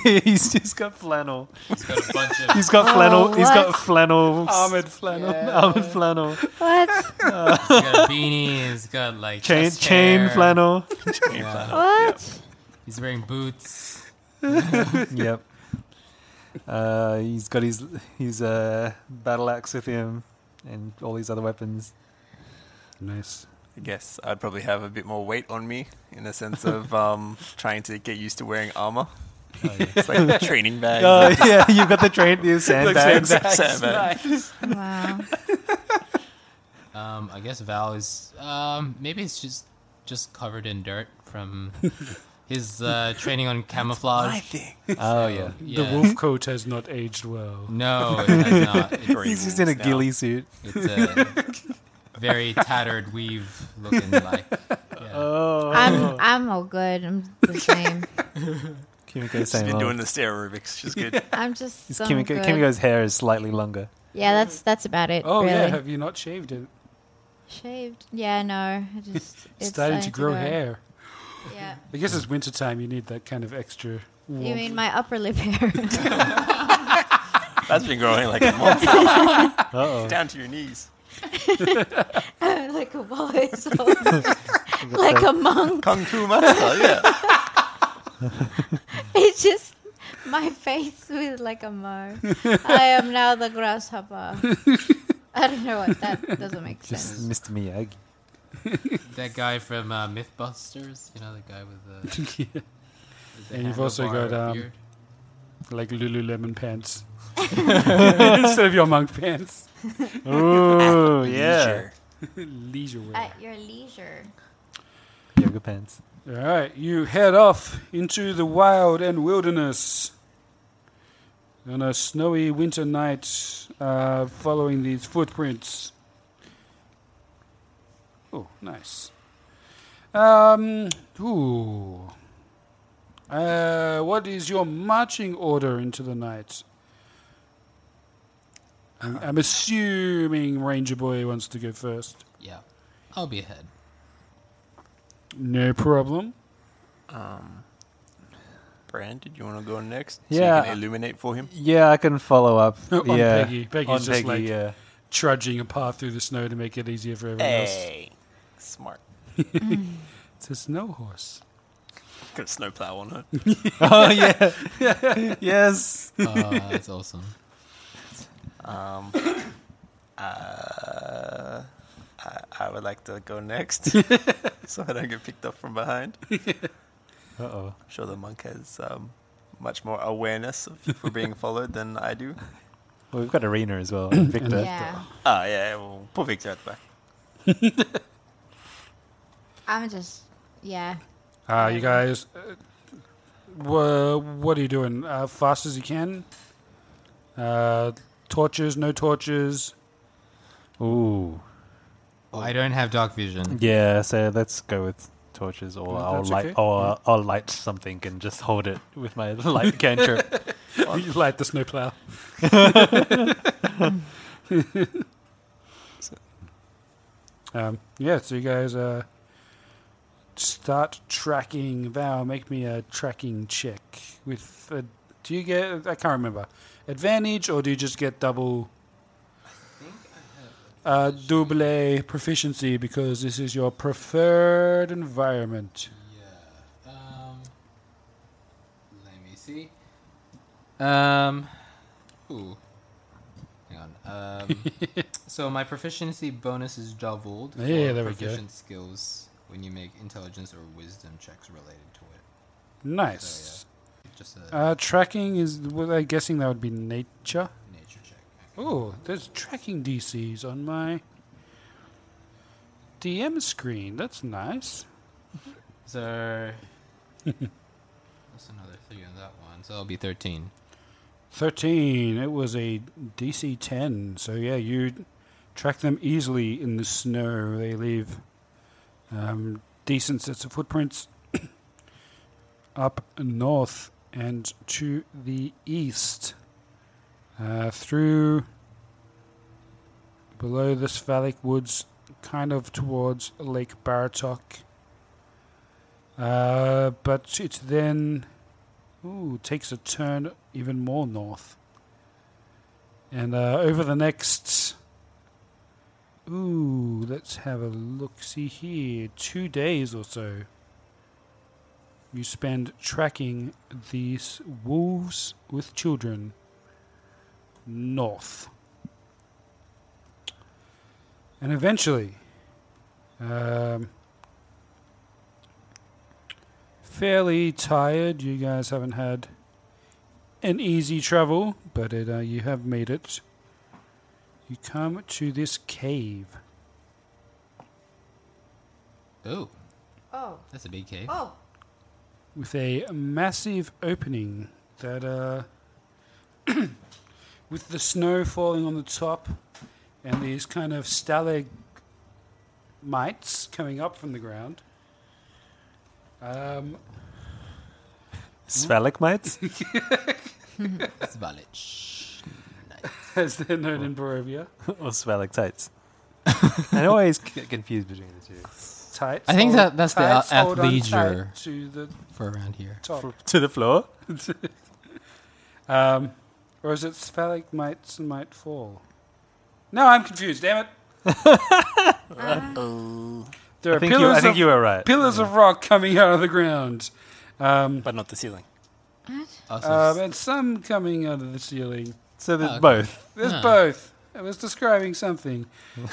S3: [LAUGHS] he's just got flannel. He's
S6: got a bunch of-
S3: He's got
S6: Oh,
S3: flannel. He's got
S6: what?
S3: flannel.
S4: Armored flannel.
S3: [LAUGHS] Armored flannel.
S10: What?
S6: he's got a beanie. He's got like
S3: Chain-
S6: chest
S3: chain
S6: hair. [LAUGHS]
S3: flannel. Chain
S6: Yeah.
S3: flannel,
S10: What?
S6: He's wearing boots.
S3: yep. Uh, he's got his his uh, battle axe with him, and all these other weapons.
S4: Nice.
S7: I guess I'd probably have a bit more weight on me in the
S3: [LAUGHS]
S7: sense of um, trying to get used to wearing armor. It's like a training
S3: [LAUGHS]
S7: bag.
S3: Oh,
S7: [LAUGHS]
S3: yeah, you've got the train- the
S7: Like
S3: sandbags.
S7: sandbags.
S10: Wow.
S6: Um, I guess Val is. Um, maybe it's just just covered in dirt from his uh, training on camouflage. [LAUGHS]
S4: my thing.
S6: Oh yeah, yeah.
S4: The wolf coat has not aged well.
S3: [LAUGHS]
S6: No, it has not.
S3: He's just in a ghillie suit.
S6: It's a very tattered weave looking like.
S3: Oh.
S10: I'm I'm all good. I'm the same.
S7: She's
S3: same
S7: been
S3: old.
S7: doing the stair aerobics. She's good.
S10: I'm just
S3: His
S10: so
S3: Kimiko,
S10: good.
S3: Kimiko's hair is slightly longer.
S10: Yeah, that's that's about [LAUGHS] it.
S4: Oh
S10: really.
S4: yeah, have you not shaved it?
S10: Shaved. Yeah, no. I
S4: [LAUGHS]
S10: just it's
S4: starting to grow hair.
S10: Yeah.
S4: I guess it's winter time. You need that kind of extra.
S10: You
S4: Warmth. [LAUGHS]
S10: mean my upper lip hair?
S7: [LAUGHS] That's been
S10: [LAUGHS]
S7: growing like a
S3: [LAUGHS]
S7: monster.
S3: Uh-oh.
S7: Down to
S3: [LAUGHS]
S7: your knees. [LAUGHS]
S10: like a voice.
S7: [LAUGHS]
S10: like a monk.
S7: Kung Fu master, yeah.
S10: it's just my face with like a mo. I am now the grasshopper. I don't know what that doesn't make sense.
S3: Just Mr. Miyagi.
S6: That guy from uh, MythBusters, you know, the guy with the.
S4: Yeah.
S6: with the
S4: [LAUGHS] And you've also
S6: handlebar
S4: got um,
S6: beard.
S4: like
S6: [LAUGHS]
S4: Lululemon pants [LAUGHS]
S3: [LAUGHS]
S4: instead of your monk pants.
S3: Ooh, yeah.
S4: [LAUGHS] leisure wear.
S5: At your leisure.
S3: Yoga pants.
S4: All right, you head off into the wild and wilderness on a snowy winter night, uh, following these footprints. Oh, nice. Um, ooh. Uh, what is your marching order into the night? I'm, I'm assuming Ranger Boy wants to go first.
S6: Yeah, I'll be ahead.
S4: No problem.
S7: Um, Brand, did you want to go next?
S3: Yeah.
S7: So you can illuminate for him.
S3: Yeah, I can follow up.
S4: [LAUGHS] on
S3: yeah.
S4: Peggy. Peggy's
S3: On
S4: just
S3: Peggy,
S4: like
S3: yeah.
S4: trudging a path through the snow to make it easier for everyone
S7: Hey, [LAUGHS] smart.
S4: else. [LAUGHS] it's a snow horse.
S7: Got a snowplow on her.
S3: [LAUGHS] Oh, yeah. [LAUGHS] yes.
S6: Oh, that's awesome.
S7: Um, [COUGHS] uh, I, I would like to go
S3: [LAUGHS]
S7: next [LAUGHS] so I don't get picked up from behind.
S3: Uh oh.
S7: I'm sure the monk has um, much more awareness of people
S3: [LAUGHS]
S7: being followed than I do.
S3: Ah, Well, we've got Arena as
S4: [CLEARS THROAT]
S3: well. and Victor.
S10: Yeah.
S7: Ah, yeah, well, put Victor at the back.
S10: I'm just yeah.
S4: Ah, you guys, uh, wha- what are you doing? Uh, fast as you can. Uh, torches, no torches.
S3: Ooh.
S6: Oh. I don't have dark vision.
S3: Yeah, so let's go with torches or
S4: Mm,
S3: I'll
S4: that's
S3: light
S4: okay.
S3: or I'll light something and just hold it with my light cantrip.
S4: [LAUGHS] you light the snowplow. [LAUGHS] um, yeah, so you guys uh, start tracking. Val, make me a tracking check. With a, do you get? I can't remember. Advantage or do you just get double? Uh, double proficiency because this is your preferred environment.
S6: Um, see. Um, ooh. Hang on. [LAUGHS] Um, so my proficiency bonus is doubled. for
S4: Yeah, there we go.
S6: proficient skills when you make intelligence or wisdom checks related to it.
S4: Nice.
S6: Just a
S4: Uh, tracking is, well, I'm guessing that would be nature. Nature check. Oh, there's tracking DCs on my DM screen. That's nice.
S6: [LAUGHS] So, that's another three on that one. So that'll be thirteen.
S4: 13. It was a DC 10. So, yeah, you track them easily in the snow. They leave um, decent sets of footprints [COUGHS] up north and to the east uh, through below the Svalik woods, kind of towards Lake Baratok. Uh, but it then ooh, takes a turn even more north. And uh, over the next. Ooh, let's have a look see here. Two days or so. You spend tracking these wolves with children north. And eventually, um, fairly tired. You guys haven't had an easy travel, but it, uh, you have made it. You come to this cave.
S6: Oh,
S5: Oh.
S6: that's a big cave.
S5: Oh.
S4: with a massive opening that, uh, [CLEARS THROAT] with the snow falling on the top and these kind of stalagmites coming up from the ground. Um,
S3: [LAUGHS] Stalagmites?
S6: Svalich.
S4: [LAUGHS] as they're known in Barovia.
S3: or [LAUGHS] stalactites? I always [LAUGHS] get confused between the two.
S4: Tights.
S6: I think
S4: hold-
S6: that that's the
S4: tights
S6: a-
S4: hold on
S6: athleisure
S4: tight to the
S6: for around here.
S4: top.
S3: to the floor?
S4: [LAUGHS] um, or is it phallic mites and might fall? No, I'm confused. Damn it. there
S3: I
S4: are
S3: think you-
S4: pillars.
S3: Mm. I think
S4: of,
S3: you were right. Mm.
S4: Pillars of rock coming out of the ground, um,
S7: but not the ceiling.
S4: um, and some coming out of the ceiling.
S3: So there's both.
S4: There's
S3: Ah.
S4: both. I was describing
S7: [LAUGHS]
S4: something.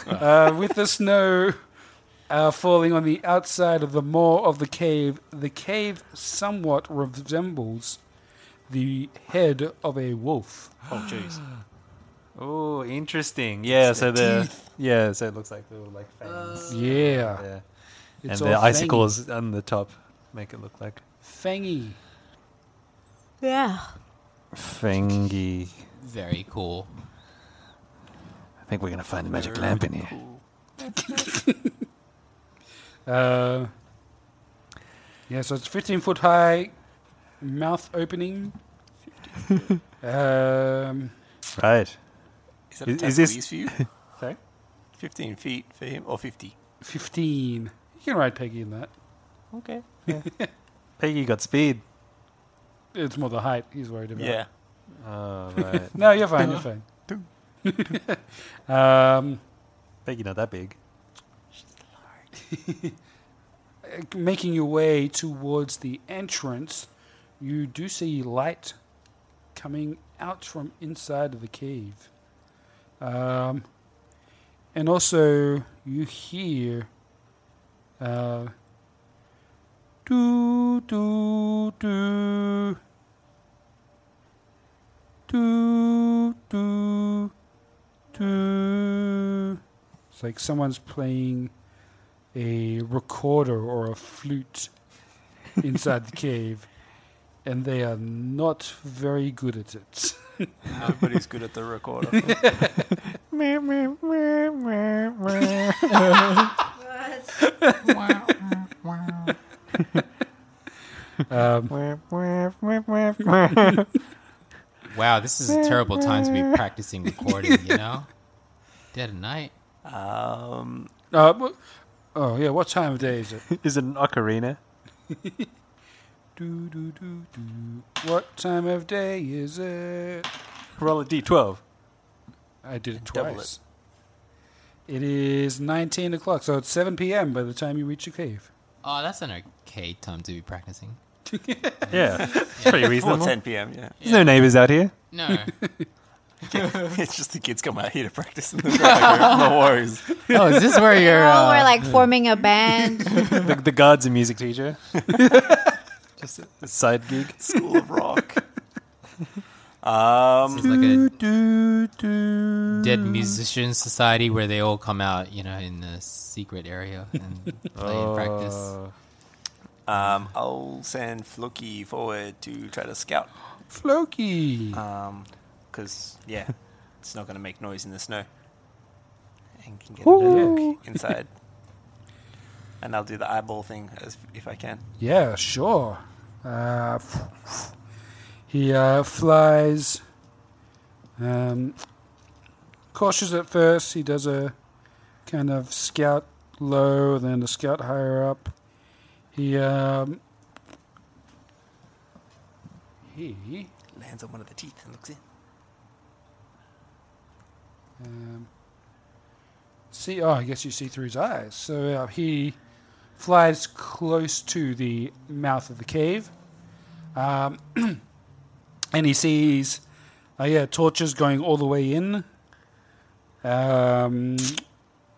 S4: uh, with the snow uh, falling on the outside of the maw of the cave, the cave somewhat resembles the head of a wolf.
S7: Oh, jeez.
S3: Oh, interesting. Yeah, so the yeah, so it looks like the little like fangs.
S4: Yeah.
S3: yeah.
S4: It's
S3: and the
S4: all fangy.
S3: icicles on the top make it look like
S4: Fangy.
S10: Yeah.
S3: fangy.
S6: Very cool.
S3: I think we're gonna find the magic lamp in here.
S4: Uh, yeah, so it's 15 foot high, mouth opening. um,
S3: Right.
S7: Is that a
S3: Is- is
S7: is,
S3: this-
S7: for you?
S3: [LAUGHS]
S4: Sorry?
S7: 15 feet for him, or 50?
S4: 15. You can ride Peggy in that.
S7: Okay.
S3: [LAUGHS] Peggy got speed.
S4: It's more the height he's worried about.
S7: Yeah.
S3: Oh right.
S4: [LAUGHS] No, you're fine. You're fine. [LAUGHS]
S7: [LAUGHS]
S4: um,
S3: Peggy not that big.
S4: making your way towards the entrance, you do see light coming out from inside of the cave. Um, and also, you hear. Uh, do, do, do. Do, do, do. It's like someone's playing a recorder or a flute inside the cave, and they are not very good at it.
S7: Nobody's good at
S4: [LAUGHS]
S7: the recorder.
S4: Um,
S6: Wow, this is a terrible time to be practicing recording. You
S3: [LAUGHS]
S6: know, dead at night.
S7: Um,
S4: Uh, wh- oh yeah, what time of day [LAUGHS] is it?
S3: Is it an
S4: [LAUGHS]
S3: ocarina?
S4: do, do, do, do. What time of day is it?
S3: Roll a D twelve.
S4: I did it
S7: Double it.
S4: twice. It is 19 o'clock, so it's 7 p.m. by the time you reach the cave.
S6: Oh, that's an arcade time to be practicing.
S3: Yeah, it's pretty
S7: Before
S3: reasonable.
S7: 10 p.m., yeah.
S3: There's no neighbors out here.
S7: it's just the kids come out here to practice [LAUGHS] in the driveway. No [LAUGHS] worries.
S3: Oh, is this
S10: [LAUGHS]
S3: where you're?
S10: oh, we're
S3: Uh,
S10: like forming a
S3: [LAUGHS]
S10: band.
S3: the, the guard's a music
S4: [LAUGHS]
S3: teacher. Just a- a side gig.
S7: School of Rock. [LAUGHS] Um,
S6: This is like a dead musician society where they all come out, you know, in the secret area and play and
S3: Uh.
S6: practice.
S7: Um, I'll send Floki forward to try to scout.
S4: Floki.
S7: Um, because yeah, it's not going to make noise in the snow, and can get a
S4: Ooh.
S7: look inside. and I'll do the eyeball thing as if I can.
S4: Yeah, sure. Uh, he uh, flies. Um, cautious at first. He does a kind of scout low, then a scout higher up. He um, He
S7: lands on one of the teeth and looks in.
S4: Um, see, oh, I guess you see through his eyes. So uh, he flies close to the mouth of the cave, um, [CLEARS THROAT] and he sees, uh, yeah, torches going all the way in, um,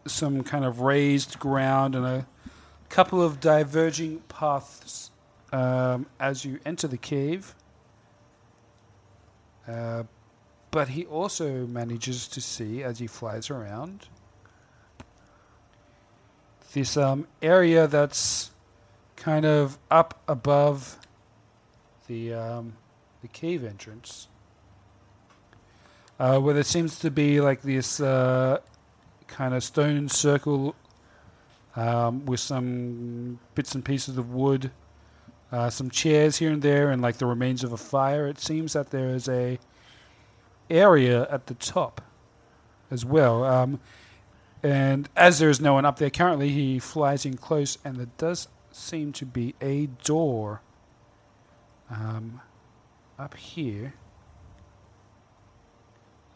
S4: some kind of raised ground, and a couple of diverging paths um, as you enter the cave. Uh, but he also manages to see as he flies around this um, area that's kind of up above the um, the cave entrance, uh, where there seems to be like this uh, kind of stone circle um, with some bits and pieces of wood. Uh, some chairs here and there, and like the remains of a fire. It seems that there is a area at the top as well. Um, and as there is no one up there currently, he flies in close, and there does seem to be a door um, up here.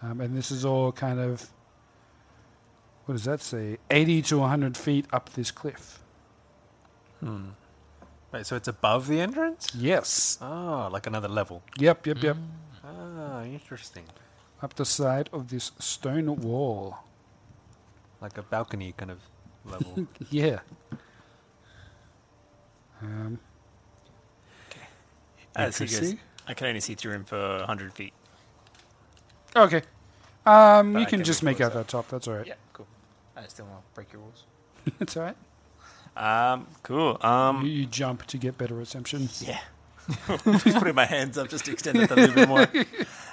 S4: Um, and this is all kind of, what does that say? 80 to 100 feet up this cliff.
S3: Hmm. [LAUGHS] Wait, so it's above the entrance?
S4: Yes.
S3: Oh, like another level.
S4: Yep, yep, yep.
S3: Ah, interesting.
S4: Up the side of this stone wall.
S3: Like a balcony kind of level.
S4: [LAUGHS] yeah. Um,
S7: As he goes,
S4: Interesting.
S7: I can only see through him for 100 feet.
S4: Okay. Um,
S7: But
S4: you
S7: I
S4: can
S7: can
S4: just make
S7: close
S4: out that top. That's all right.
S7: Yeah, cool. I just don't want to break your rules.
S4: [LAUGHS] it's all right.
S7: Um, cool. Um,
S4: you, you jump to get better reception.
S7: Yeah. [LAUGHS] [LAUGHS] just putting my hands up just to extend it a little
S4: [LAUGHS]
S7: bit more.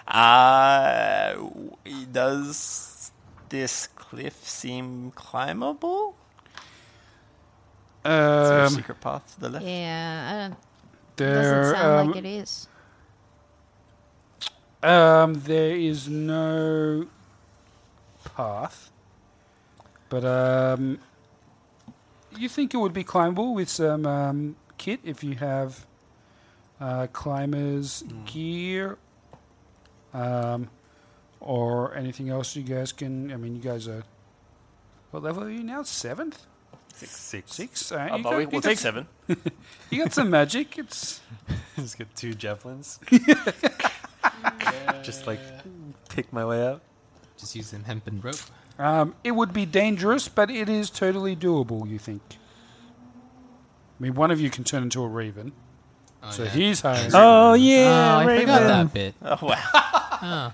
S7: Uh, w- does this cliff seem climbable? Is there a
S4: Um,
S7: secret path to the left?
S10: yeah, I don't.
S4: There,
S10: doesn't sound
S4: um,
S10: like it is.
S4: Um, there is no path, but um, you think it would be climbable with some um, kit if you have uh, climbers gear um, or anything else you guys can. I mean, you guys are what level are you now? Seventh.
S7: Six. Six.
S4: Six. All right,
S7: Oh,
S4: you
S7: but
S4: got-
S7: we-
S4: you
S7: we'll
S4: got
S7: take
S4: s-
S7: seven.
S4: [LAUGHS] you got some magic. It's
S3: [LAUGHS] Just get two
S7: [LAUGHS]
S3: javelins. Just like pick my way up.
S6: Just use them hempen rope.
S4: Um, it would be dangerous, but it is totally doable, you think. I mean, one of you can turn into a raven. so
S6: yeah.
S4: he's high.
S3: Oh, yeah,
S6: Oh, I forgot
S4: raven.
S6: that bit. Oh,
S7: Oh, wow.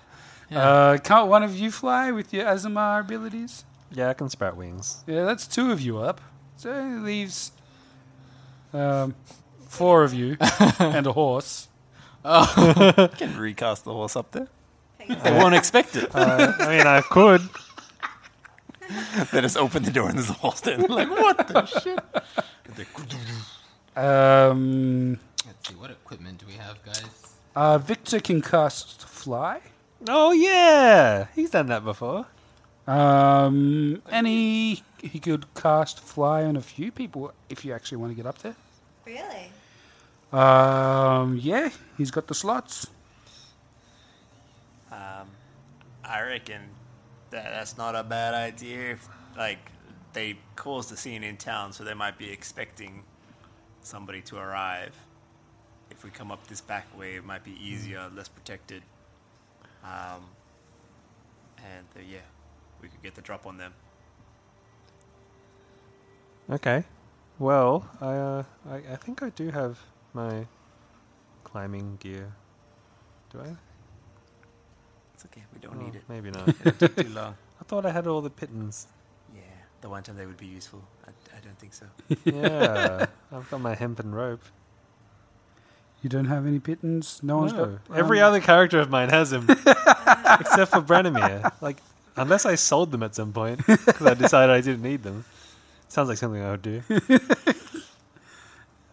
S6: [LAUGHS]
S4: Uh, can't one of you fly with your Azamar abilities?
S3: Yeah, I can sprout wings.
S4: Yeah, that's two of you up. So it leaves um, four
S3: [LAUGHS]
S4: of you and a horse.
S7: Oh. can recast the horse up there. They won't expect
S3: [LAUGHS]
S7: it.
S3: Uh, I mean, I could.
S7: [LAUGHS] they just open the door and there's a horse there. They're like,
S4: [LAUGHS]
S7: what the shit?
S4: Um,
S6: Let's see, what equipment do we have, guys?
S4: uh, Victor can cast fly.
S3: Oh yeah, he's done that before.
S4: Um, any he could cast fly on a few people if you actually want to get up there.
S5: Really?
S4: Um, yeah, he's got the slots.
S7: Um, I reckon that that's not a bad idea. If, like, they caused a scene in town, so they might be expecting somebody to arrive. If we come up this back way, it might be easier, less protected. Um, and uh, yeah, we could get the drop on them.
S3: Okay. Well, I, uh, I I think I do have my climbing gear. Do I?
S7: It's okay. We don't
S3: Oh,
S7: need it. [LAUGHS]
S3: Maybe not.
S7: It'll take too long.
S3: I thought I had all the
S7: [LAUGHS]
S3: pittance.
S7: Yeah, the one time they would be useful. I, I don't think so. [LAUGHS]
S3: Yeah, I've got my hempen rope.
S4: You don't have any pittance. No one's
S3: No.
S4: got
S3: Oh, Every
S4: um,
S3: other character of mine has them, except for Branimir. Like, unless I sold them at some point because I decided I didn't need them. Sounds like something I would do.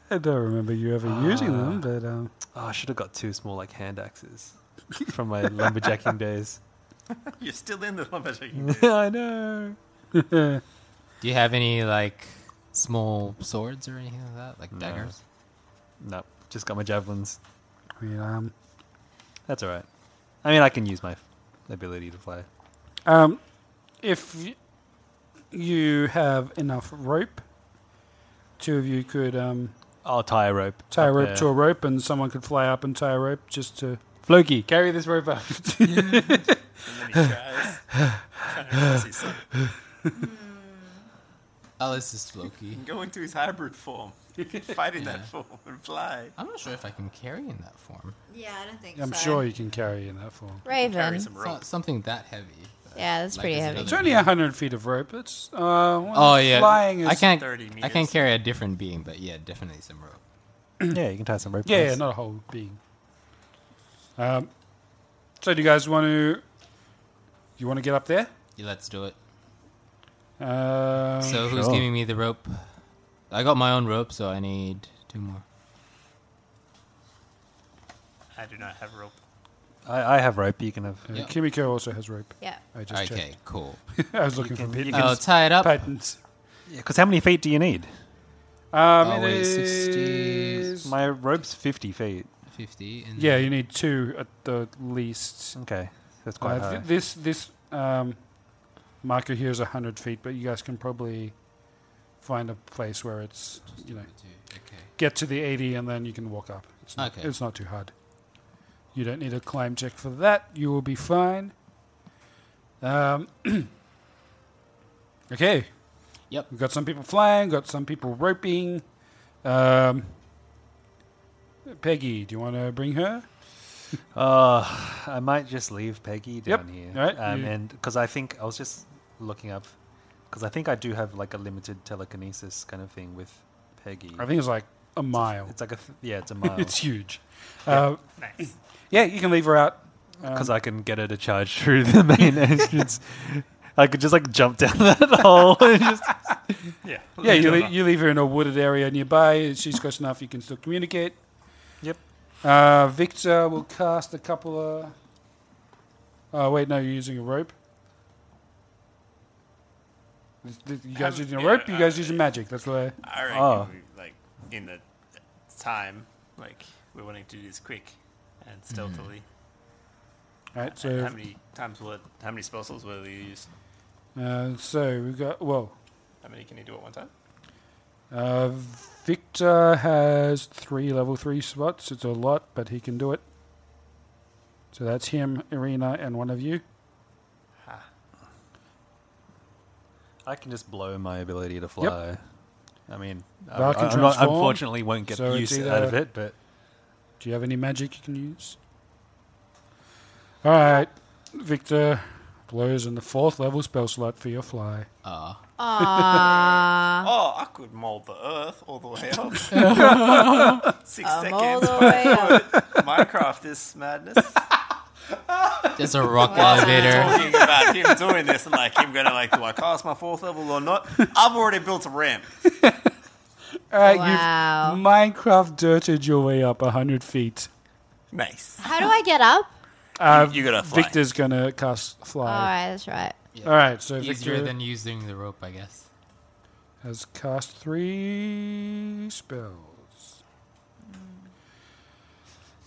S4: I don't remember you ever using them,
S3: Ah.
S4: but um,
S3: Oh, I should have got two small like hand axes from my lumberjacking days.
S7: You're still in the lumberjacking days.
S3: I know.
S6: Do you have any like small swords or anything like that, like
S3: No. [LAUGHS]
S6: daggers?
S3: No, just got my javelins.
S4: I mean, um,
S3: That's all right. I mean, I can use my f- ability to fly.
S4: [LAUGHS] um, if y- you have enough rope, two of you could um,
S3: I'll tie a rope.
S4: tie a
S3: up
S4: rope
S3: there.
S4: to a rope, and someone could fly up and tie a rope just to.
S3: Floki, carry this rope
S6: [LAUGHS]
S3: up.
S6: Alice Oh, is Loki.
S7: [LAUGHS]
S5: Mm.
S7: Go into his hybrid form. [LAUGHS] You can fight in
S6: Yeah.
S7: that form and fly.
S6: I'm not sure if I can carry in that form.
S5: Yeah, I don't think
S4: I'm
S5: so.
S4: sure you can carry in that form.
S10: Raven.
S6: It's not something that heavy. but
S10: Yeah, that's pretty
S6: it's
S10: heavy.
S4: It's
S6: another-
S4: only hundred feet of rope. It's uh, well,
S6: Oh yeah,
S4: [LAUGHS] flying is
S6: I can't.
S4: 30 meters.
S6: I can't carry a different being, but yeah, definitely some rope.
S3: [CLEARS THROAT] yeah, you can tie some rope.
S4: Yeah, yeah,
S3: please.
S4: not a whole being. Um, so do you guys want to? You want to get up there?
S6: Yeah, let's do it.
S4: Um,
S6: So who's giving me the rope? I got my own rope, so I need two more.
S7: I do not have rope.
S3: I, I have rope. You can have.
S4: Uh, Kimiko also has rope.
S7: Yeah.
S4: I just
S6: okay,
S4: checked.
S6: cool.
S4: [LAUGHS] I was looking for
S3: you
S4: pittance.
S3: can Oh,
S6: tie it up.
S4: Patents.
S3: Because how many feet do you need?
S4: Um,
S6: Oh,
S4: it
S6: wait,
S4: is-
S6: 60.
S3: My rope's fifty feet.
S6: Fifty. And
S4: Yeah, you need two at the least.
S3: Okay, that's quite
S4: Uh,
S3: high.
S4: th- This this um, marker here is hundred feet, but you guys can probably find a place where it's you know
S6: okay.
S4: get to the eighty and then you can walk up. It's not,
S6: Okay.
S4: it's not too hard. You don't need a climb check for that. You will be fine. Um, [CLEARS THROAT] okay.
S6: Yep.
S4: We've got some people flying. Got some people roping. Um, Peggy, do you want to bring her?
S3: Uh, I might just leave Peggy down here.
S4: Alright,
S3: Um,
S4: you-
S3: and because I think I was just looking up, because I think I do have like a limited telekinesis kind of thing with Peggy.
S4: I think it's like a mile.
S3: It's like a th- yeah,
S4: [LAUGHS]
S3: it's a mile.
S4: it's huge.
S3: Yeah.
S4: Uh, [LAUGHS] Yeah, you can leave her out. um,
S3: Because I can get her to charge through the main [LAUGHS] entrance. I could just like jump down [LAUGHS] that
S4: [LAUGHS]
S3: hole and just
S7: [LAUGHS] Yeah.
S4: Yeah, you, lea- you leave her in a wooded area nearby. She's close enough you can still communicate.
S3: Yep.
S4: Uh, Victor will cast a couple of. Oh, wait, no, you're using a rope. This- this- You guys
S7: Um,
S4: using a
S7: yeah,
S4: rope? You guys
S7: uh,
S4: using magic? That's why.
S7: I reckon
S3: Oh.
S7: we, like in the time, like we're wanting to do this quick and stealthily.
S6: Mm-hmm.
S4: Right,
S7: And
S4: so
S7: how many times will it? How many spell slots will you use?
S4: uh, so we've got. Well,
S7: How many can you do at one time?
S4: uh, Victor has three level three spots. It's a lot, but he can do it. So that's him, Irina, and one of you.
S3: I can just blow my ability to fly. I mean, I,
S4: Val can
S3: I- I'm not-
S4: transform,
S3: unfortunately won't get
S4: so it's
S3: use out of
S4: either-
S3: it, but
S4: Do you have any magic you can use? All right, Victor blows in the fourth level spell slot for your fly.
S6: Ah.
S4: [LAUGHS]
S10: Uh,
S7: oh, I could mold the earth all the way [LAUGHS] up. Six
S10: Um,
S7: seconds.
S10: all the
S7: [LAUGHS]
S10: way up.
S7: Minecraft is madness.
S6: Just a rock
S7: While
S6: elevator.
S7: Talking about him doing this and like him going to like, do I cast my fourth level or not? I've already built a ramp.
S4: All right,
S10: Wow.
S4: you've Uh, Minecraft dirted your way up hundred feet.
S7: Nice.
S10: How do I get up?
S4: Uh,
S7: you gotta fly.
S4: Victor's gonna cast
S10: All
S4: fly.
S10: right, that's right.
S4: All right, so
S6: Easier
S4: Victor
S6: than using the rope, I guess.
S4: has cast three spells.
S3: Mm.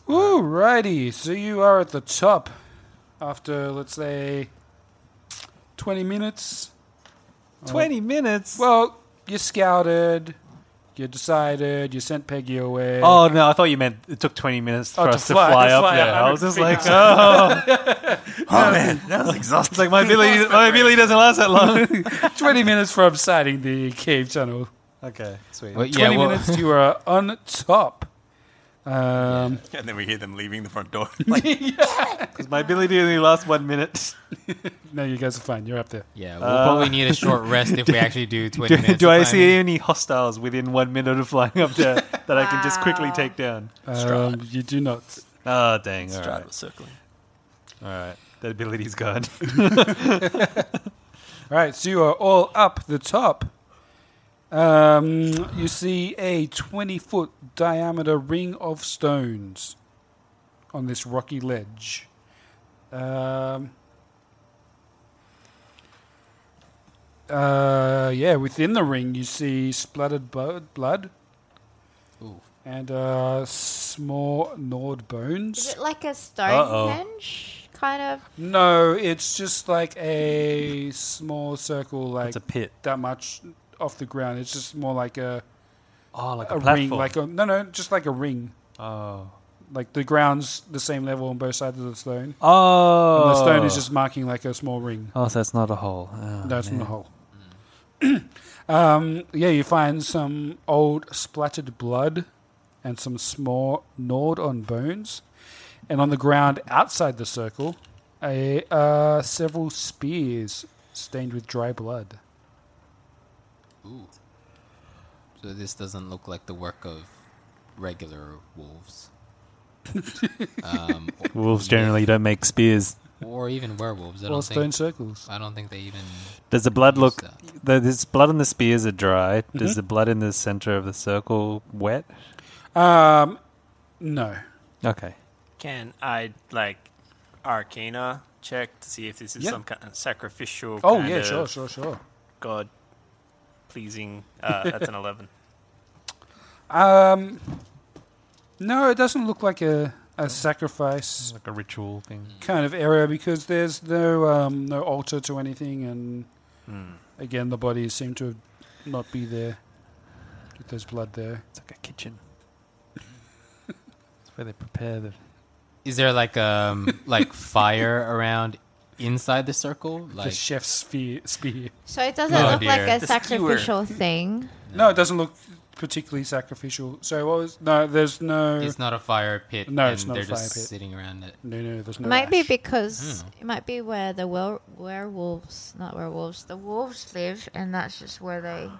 S4: Alrighty, so you are at the top after let's say twenty minutes.
S3: twenty minutes.
S4: Well, you scouted. You decided. You sent Peggy away.
S3: Oh no, I thought you meant it took twenty minutes for
S4: Oh, to
S3: us to
S4: fly-
S3: fly,
S4: to
S3: up
S4: fly
S3: there.
S4: up
S3: I was
S4: [LAUGHS]
S3: just
S4: 100
S3: like,
S4: feet.
S3: oh,
S4: [LAUGHS] Oh, man, that was
S3: exhausting. like my ability, my ability doesn't last that
S4: [LAUGHS]
S3: long.
S4: 20 minutes from sighting the cave tunnel.
S3: Okay, sweet.
S4: 20 minutes, [LAUGHS] you are on top. Um,
S7: And then we hear them leaving the front door. [LAUGHS]
S3: Because my ability only lasts one minute.
S4: [LAUGHS] no, you guys are fine. You're up there.
S6: Yeah,
S3: Uh, [LAUGHS] do, Do I see any hostiles within one minute of flying up there
S4: [LAUGHS]
S3: that I can just quickly take down?
S4: Um, you do not.
S3: Oh, dang. All
S7: Stride
S3: right.
S7: was circling.
S3: All right. That ability's
S4: [LAUGHS]
S3: gone. [LAUGHS]
S4: All right, so you are all up the top. Um, you see a 20 foot diameter ring of stones on this rocky ledge. Um, uh, yeah, within the ring, you see splattered blood, blood and uh, small gnawed bones.
S10: Is it like a Stonehenge kind of?
S4: No, it's just like a small circle, like
S3: It's a pit.
S4: that much off the ground. It's just more like a
S3: Oh, like a platform.
S4: ring, like a no, no, just like a ring.
S3: Oh.
S4: Like the ground's the same level on both sides of the stone.
S3: Oh.
S4: and the stone is just marking like a small ring.
S3: Oh, so it's not a hole. Oh,
S4: That's from
S3: man.
S4: the hole. [CLEARS THROAT] um, yeah, you find some old splattered blood and some small gnawed on bones. And on the ground outside the circle, a, uh, several spears stained with dry blood.
S6: Ooh. So this doesn't look like the work of regular wolves. um,
S3: Wolves generally don't make spears.
S6: or even werewolves. I
S4: Or
S6: don't
S4: stone
S6: think,
S4: circles.
S6: I don't think they even.
S3: Does the blood look? The, this blood on the spears are dry. Does the blood in the center of the circle wet?
S4: Um, no.
S3: Okay.
S7: Can I like Arcana check to see if this is
S4: Yeah.
S7: some kind of sacrificial?
S4: Oh,
S7: kind
S4: yeah,
S7: of
S4: sure, sure, sure.
S7: God pleasing. Uh, that's an eleven.
S4: Um, no, it doesn't look like a, a sacrifice
S3: Like a ritual thing.
S4: kind of area because there's no um, no altar to anything, and
S3: Hmm.
S4: again, the bodies seem to not be there. If There's blood there.
S3: It's like a kitchen. It's where they prepare the.
S6: Is there like um
S4: [LAUGHS]
S6: like fire around inside the circle?
S4: the
S6: Like
S4: chef's spear. spear.
S10: So it doesn't
S6: Oh,
S10: look
S6: dear.
S10: like a
S6: The
S4: skewer.
S10: sacrificial thing.
S4: No, it doesn't look particularly sacrificial. So what was no? There's no.
S6: it's not a fire pit.
S4: No,
S6: and
S4: it's not a
S6: They're
S4: fire
S6: just
S4: pit.
S6: sitting around it.
S4: no, no, there's
S10: It
S4: no.
S10: might be
S4: ash.
S10: because it might be where the wer- werewolves, not werewolves, the wolves live, and that's just where they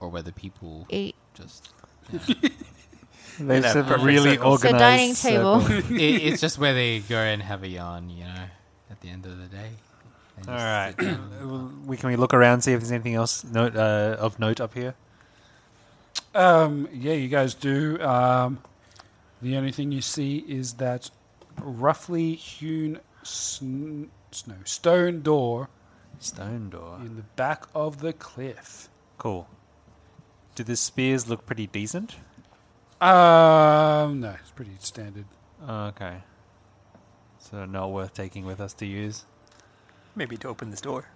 S6: Or whether people
S10: eat.
S6: just
S3: They
S7: Yeah,
S3: said
S7: perfect
S3: really
S7: circles.
S10: So dining
S3: organized.
S10: table.
S3: circle.
S6: it,
S4: [LAUGHS]
S6: it's just where they go and have a yarn, you know, at the end of the day. They just
S3: All right.
S6: sit down.
S3: we can we look around see if there's anything else note, uh, of note up here?
S4: Um, yeah, you guys do. Um, the only thing you see is that roughly hewn sn- snow stone door
S3: Stone door.
S4: in the back of the cliff.
S3: Cool. Do the spears look pretty decent?
S4: Um, no, it's pretty standard.
S3: Oh, Okay. So not worth taking with us to use.
S7: [LAUGHS] Maybe to open this door.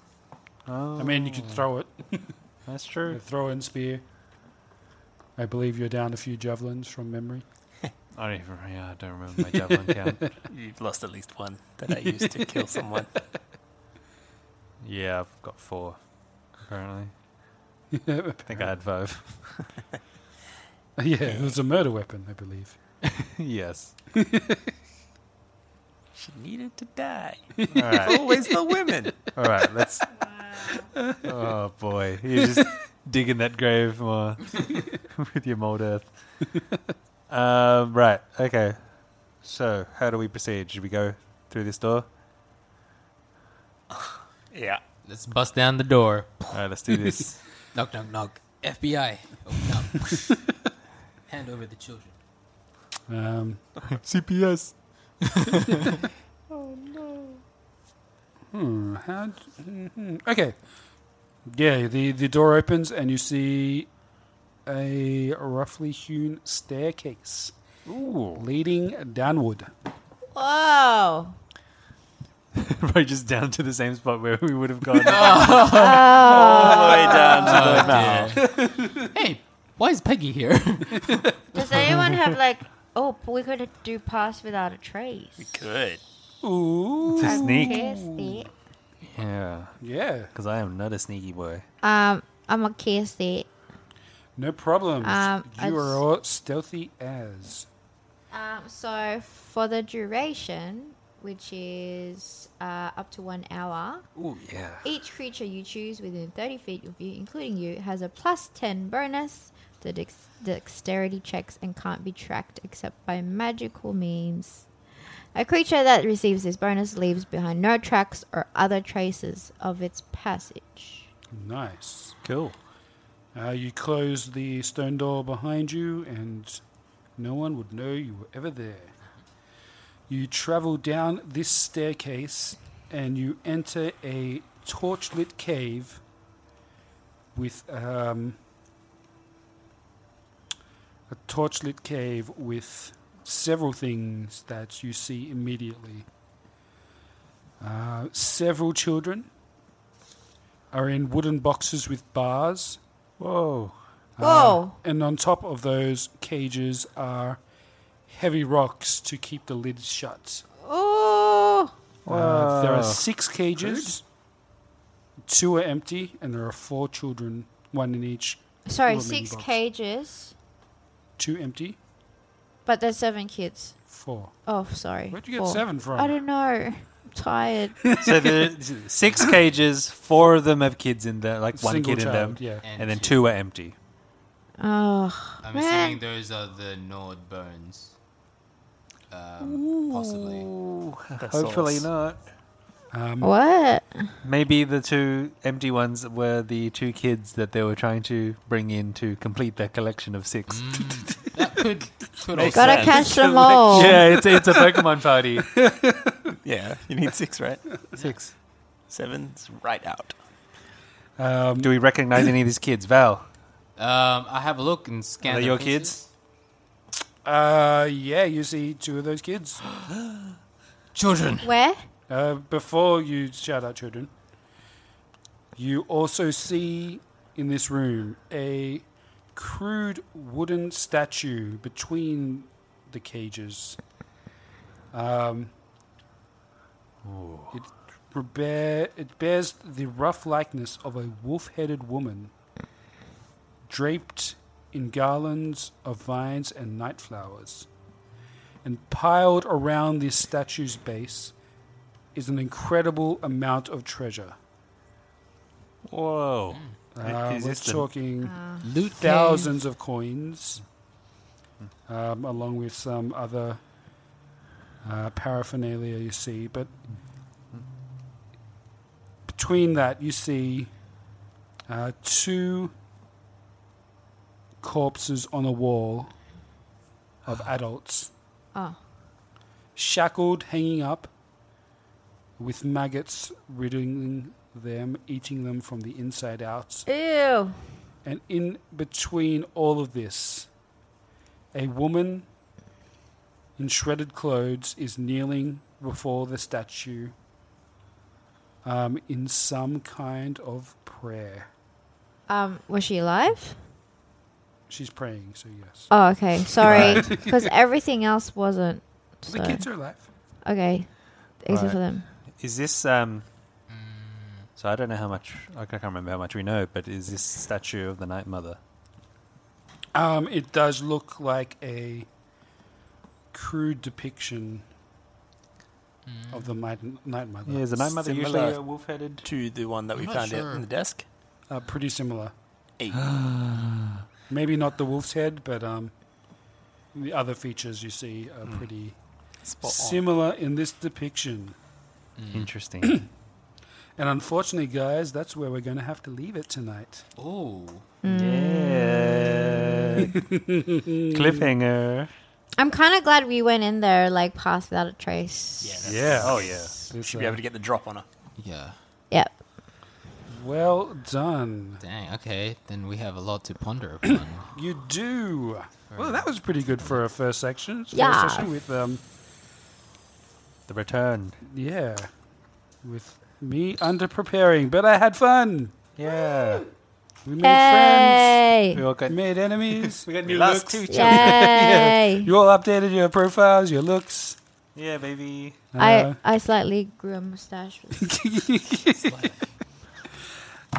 S3: Oh,
S4: I mean, you could throw it,
S3: [LAUGHS] that's true.
S4: throw in spear. I believe you're down a few javelins from memory.
S3: [LAUGHS] I don't even. Yeah, I don't remember my javelin
S4: [LAUGHS]
S3: count.
S7: You've lost at least one that I used to kill someone.
S3: [LAUGHS] Yeah, I've got four
S4: [LAUGHS]
S3: currently.
S4: yeah,
S3: I think I had
S4: [LAUGHS]
S3: five.
S4: it was a murder weapon, I believe.
S3: [LAUGHS] yes.
S7: She needed to die.
S3: All right.
S7: [LAUGHS] Always the
S3: [LAUGHS]
S7: women.
S3: All right. Let's. [LAUGHS] Oh boy, you're just digging that grave more [LAUGHS] with your mold
S4: [LAUGHS]
S3: earth. Um, right. Okay. So, how do we proceed? Should we go through this door?
S7: Yeah.
S6: Let's bust down the door.
S3: All right. Let's do
S6: [LAUGHS]
S3: this.
S6: Knock, knock, knock. FBI, open up. Oh,
S7: [LAUGHS]
S6: Hand over the children.
S4: Um, [LAUGHS]
S3: CPS.
S4: hmm, how d- mhm. okay. Yeah, the, the door opens and you see a roughly hewn staircase
S3: Ooh.
S4: leading downward.
S10: Whoa!
S3: [LAUGHS] Right, just down to the same spot where
S10: Oh.
S3: we would have gone.
S7: All the way down to the
S6: Oh, Hey, Why is Peggy here?
S5: Does anyone have like? Oh, but we could do pass without a trace.
S7: [LAUGHS] Good.
S4: Ooh.
S5: I'm
S7: sneak.
S5: tasty.
S7: Yeah.
S4: Yeah.
S7: Because I am not a sneaky boy.
S5: Um, I'm a KSD.
S4: No problems.
S5: Um, I
S4: you
S5: s-
S4: are all stealthy as.
S5: Um, so for the duration, which is uh, up to one hour,
S4: Ooh, yeah.
S5: each creature you choose within 30 feet of you, including you, has a plus 10 bonus to dex- dexterity checks and can't be tracked except by magical means. A creature that receives this bonus leaves behind no tracks or other traces of its passage.
S4: Nice. Cool. Uh, you close the stone door behind you, and no one would know you were ever there. You travel down this staircase, and you enter a torchlit cave with um, a torchlit cave with several things that you see immediately. Uh, several children are in wooden boxes with bars. Whoa.
S5: Whoa.
S4: and on top of those cages are heavy rocks to keep the lids shut.
S5: Oh!
S4: Uh, there
S3: Wow.
S4: are six cages. Two are empty, and there are four children, one in each.
S5: Sorry,
S4: little mini
S5: six
S4: box.
S5: cages,
S4: Two empty,
S5: but there's seven kids.
S4: four.
S5: Oh, sorry.
S4: Where'd you get
S5: Four.
S4: seven from?
S5: I don't know. I'm tired.
S3: So
S4: [LAUGHS]
S3: there six cages, four of them have kids in there, like one
S4: Single
S3: kid
S4: child,
S3: in
S4: yeah.
S3: them, and, then two are empty.
S5: Oh,
S6: I'm
S5: man.
S6: assuming those are the Nord burns. Um,
S3: Possibly.
S6: That's
S3: Hopefully
S6: sauce.
S3: not.
S4: Um,
S5: What?
S3: Maybe the two empty ones were the two kids that they were trying to bring in to complete their collection of six.
S6: Mm.
S4: [LAUGHS]
S5: Makes Gotta sense.
S3: [LAUGHS]
S5: catch them all.
S3: Yeah, it's, it's a Pokemon party.
S7: [LAUGHS] yeah, you need six, right?
S3: [LAUGHS] Six.
S7: Seven's right out.
S4: Um,
S3: Do we recognize any of these kids? Val,
S6: Um, I have a look and scan.
S3: are they
S6: their
S3: your kids?
S6: faces.
S4: Uh, yeah, you see two of those kids.
S6: Children.
S5: Where?
S4: Uh, before you shout out children, you also see in this room a crude wooden statue between the cages. Um, it, bear, it bears the rough likeness of a wolf headed woman draped in garlands of vines and night flowers. And piled around this statue's base is an incredible amount of treasure.
S3: Whoa.
S4: Uh,
S3: Is
S4: we're
S3: this the-
S4: talking
S3: Uh,
S5: Uh,
S6: Loot
S4: thousands of coins, um, along with some other uh, paraphernalia you see. But between that, you see uh, two corpses on a wall of adults
S5: [LAUGHS] Oh.
S4: shackled, hanging up, with maggots riddling them, eating them from the inside out.
S5: Ew.
S4: And in between all of this, a woman in shredded clothes is kneeling before the statue um, in some kind of prayer.
S5: Um, was she alive?
S4: She's praying, so yes.
S5: Oh, okay. Sorry,
S4: [LAUGHS]
S5: [LAUGHS] because everything else wasn't.
S4: The
S5: so-
S4: kids are alive.
S5: okay, except
S3: Right.
S5: for them.
S3: Is this um? So I don't know how much I can't remember how much we know, but is this statue of the Night Mother?
S4: Um, it does look like a crude depiction of the Night, night Mother.
S3: Yeah, is the Night Mother
S7: Mm. Similar
S3: usually a wolf-headed?
S7: to the one that we
S6: not
S7: found
S6: sure.
S7: out in the desk.
S4: Uh, pretty similar.
S3: [GASPS]
S7: Eight.
S4: Maybe not the wolf's head, but um, the other features you see are pretty
S7: Mm. Spot on.
S4: similar in this depiction. Hmm. [LAUGHS]
S3: Interesting.
S4: And unfortunately, guys, that's where we're going to have to leave it tonight.
S6: Oh.
S3: yeah. Cliffhanger.
S5: I'm kind of glad we went in there like past without a trace.
S3: Yeah. Oh yeah.
S7: Should be able to get the drop on her.
S6: Yeah.
S5: Yep.
S4: [LAUGHS] Well done.
S6: Dang. Okay. Then we have a lot to ponder upon.
S4: You do. Well, that was pretty good for a first section. First
S5: Yeah.
S4: session with um,
S3: The return.
S4: yeah, with me underpreparing, but I had fun.
S3: Yeah.
S4: We made
S10: Hey.
S4: friends. We all got made enemies. we got
S7: new lost looks. to each other.
S4: yeah.
S10: Yay.
S4: [LAUGHS] You all updated your profiles, your looks.
S7: Yeah, baby.
S4: Uh.
S10: I, I slightly grew
S4: [LAUGHS]
S10: a
S5: [LAUGHS]
S10: mustache.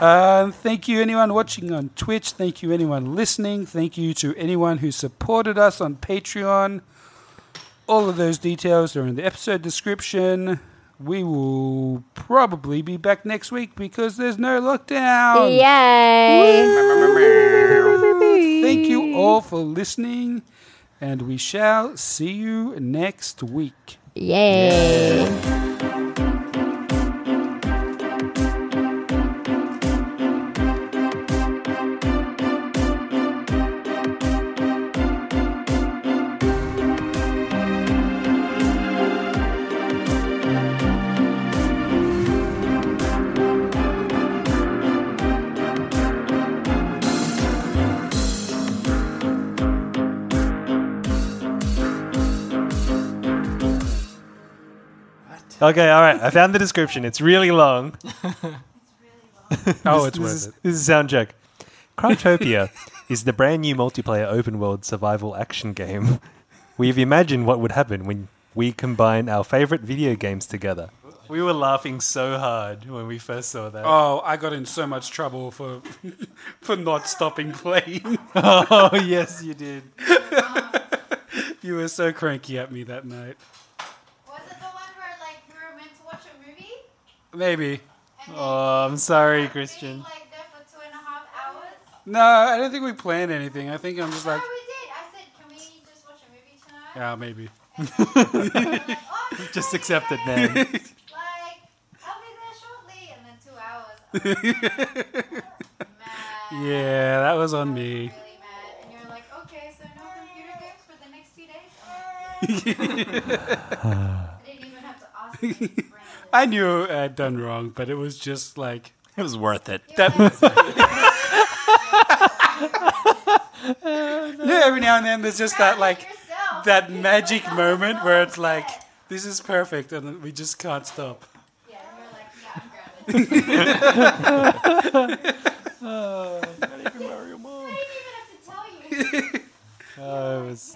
S4: Um, thank you, anyone watching on Twitch. Thank you, anyone listening. Thank you to anyone who supported us on Patreon. All of those details are in the episode description. We will probably be back next week because there's no lockdown.
S10: Yay.
S4: Thank you all for listening, and we shall see you next week.
S10: Yay.
S3: [LAUGHS] Okay, all right. I found the description. It's really long.
S4: Oh, it's
S3: this
S4: worth
S3: is,
S4: it.
S3: This is a sound check. Cryptopia [LAUGHS] is the brand new multiplayer open world survival action game. We've imagined what would happen when we combine our favorite video games together. [LAUGHS] We were laughing so hard when we first saw that.
S4: Oh, I got in so much trouble for [LAUGHS] for not stopping playing.
S3: [LAUGHS] Oh, yes, you did.
S4: [LAUGHS] you were so cranky at me that night.
S5: Was it the one where like we were meant to watch a movie?
S4: Maybe.
S3: Oh, I'm sorry, Christian.
S5: Like there for two and a half hours?
S4: No, I don't think we planned anything. I think I'm just
S5: No,
S4: like,
S5: we did. I said, can we just watch a movie tonight?
S4: yeah, maybe.
S3: Just accept it,
S4: [LAUGHS]
S3: man.
S5: Like, I'll be there shortly, and then two
S4: [LAUGHS]
S5: hours.
S4: yeah, that was on me.
S5: And you're like, okay, so no computer games for the next two days? Oh."
S4: [LAUGHS]
S5: I didn't even have to ask.
S4: I knew I'd done wrong, but it was just like
S7: it was worth it.
S4: [LAUGHS] no, every now and then there's just that like
S5: yourself.
S4: that magic moment where it's like this is perfect and we just can't stop.
S5: Yeah, and you're like, yeah, I'm grabbing it. I didn't even have to tell you.
S4: [LAUGHS]
S3: Oh, it was-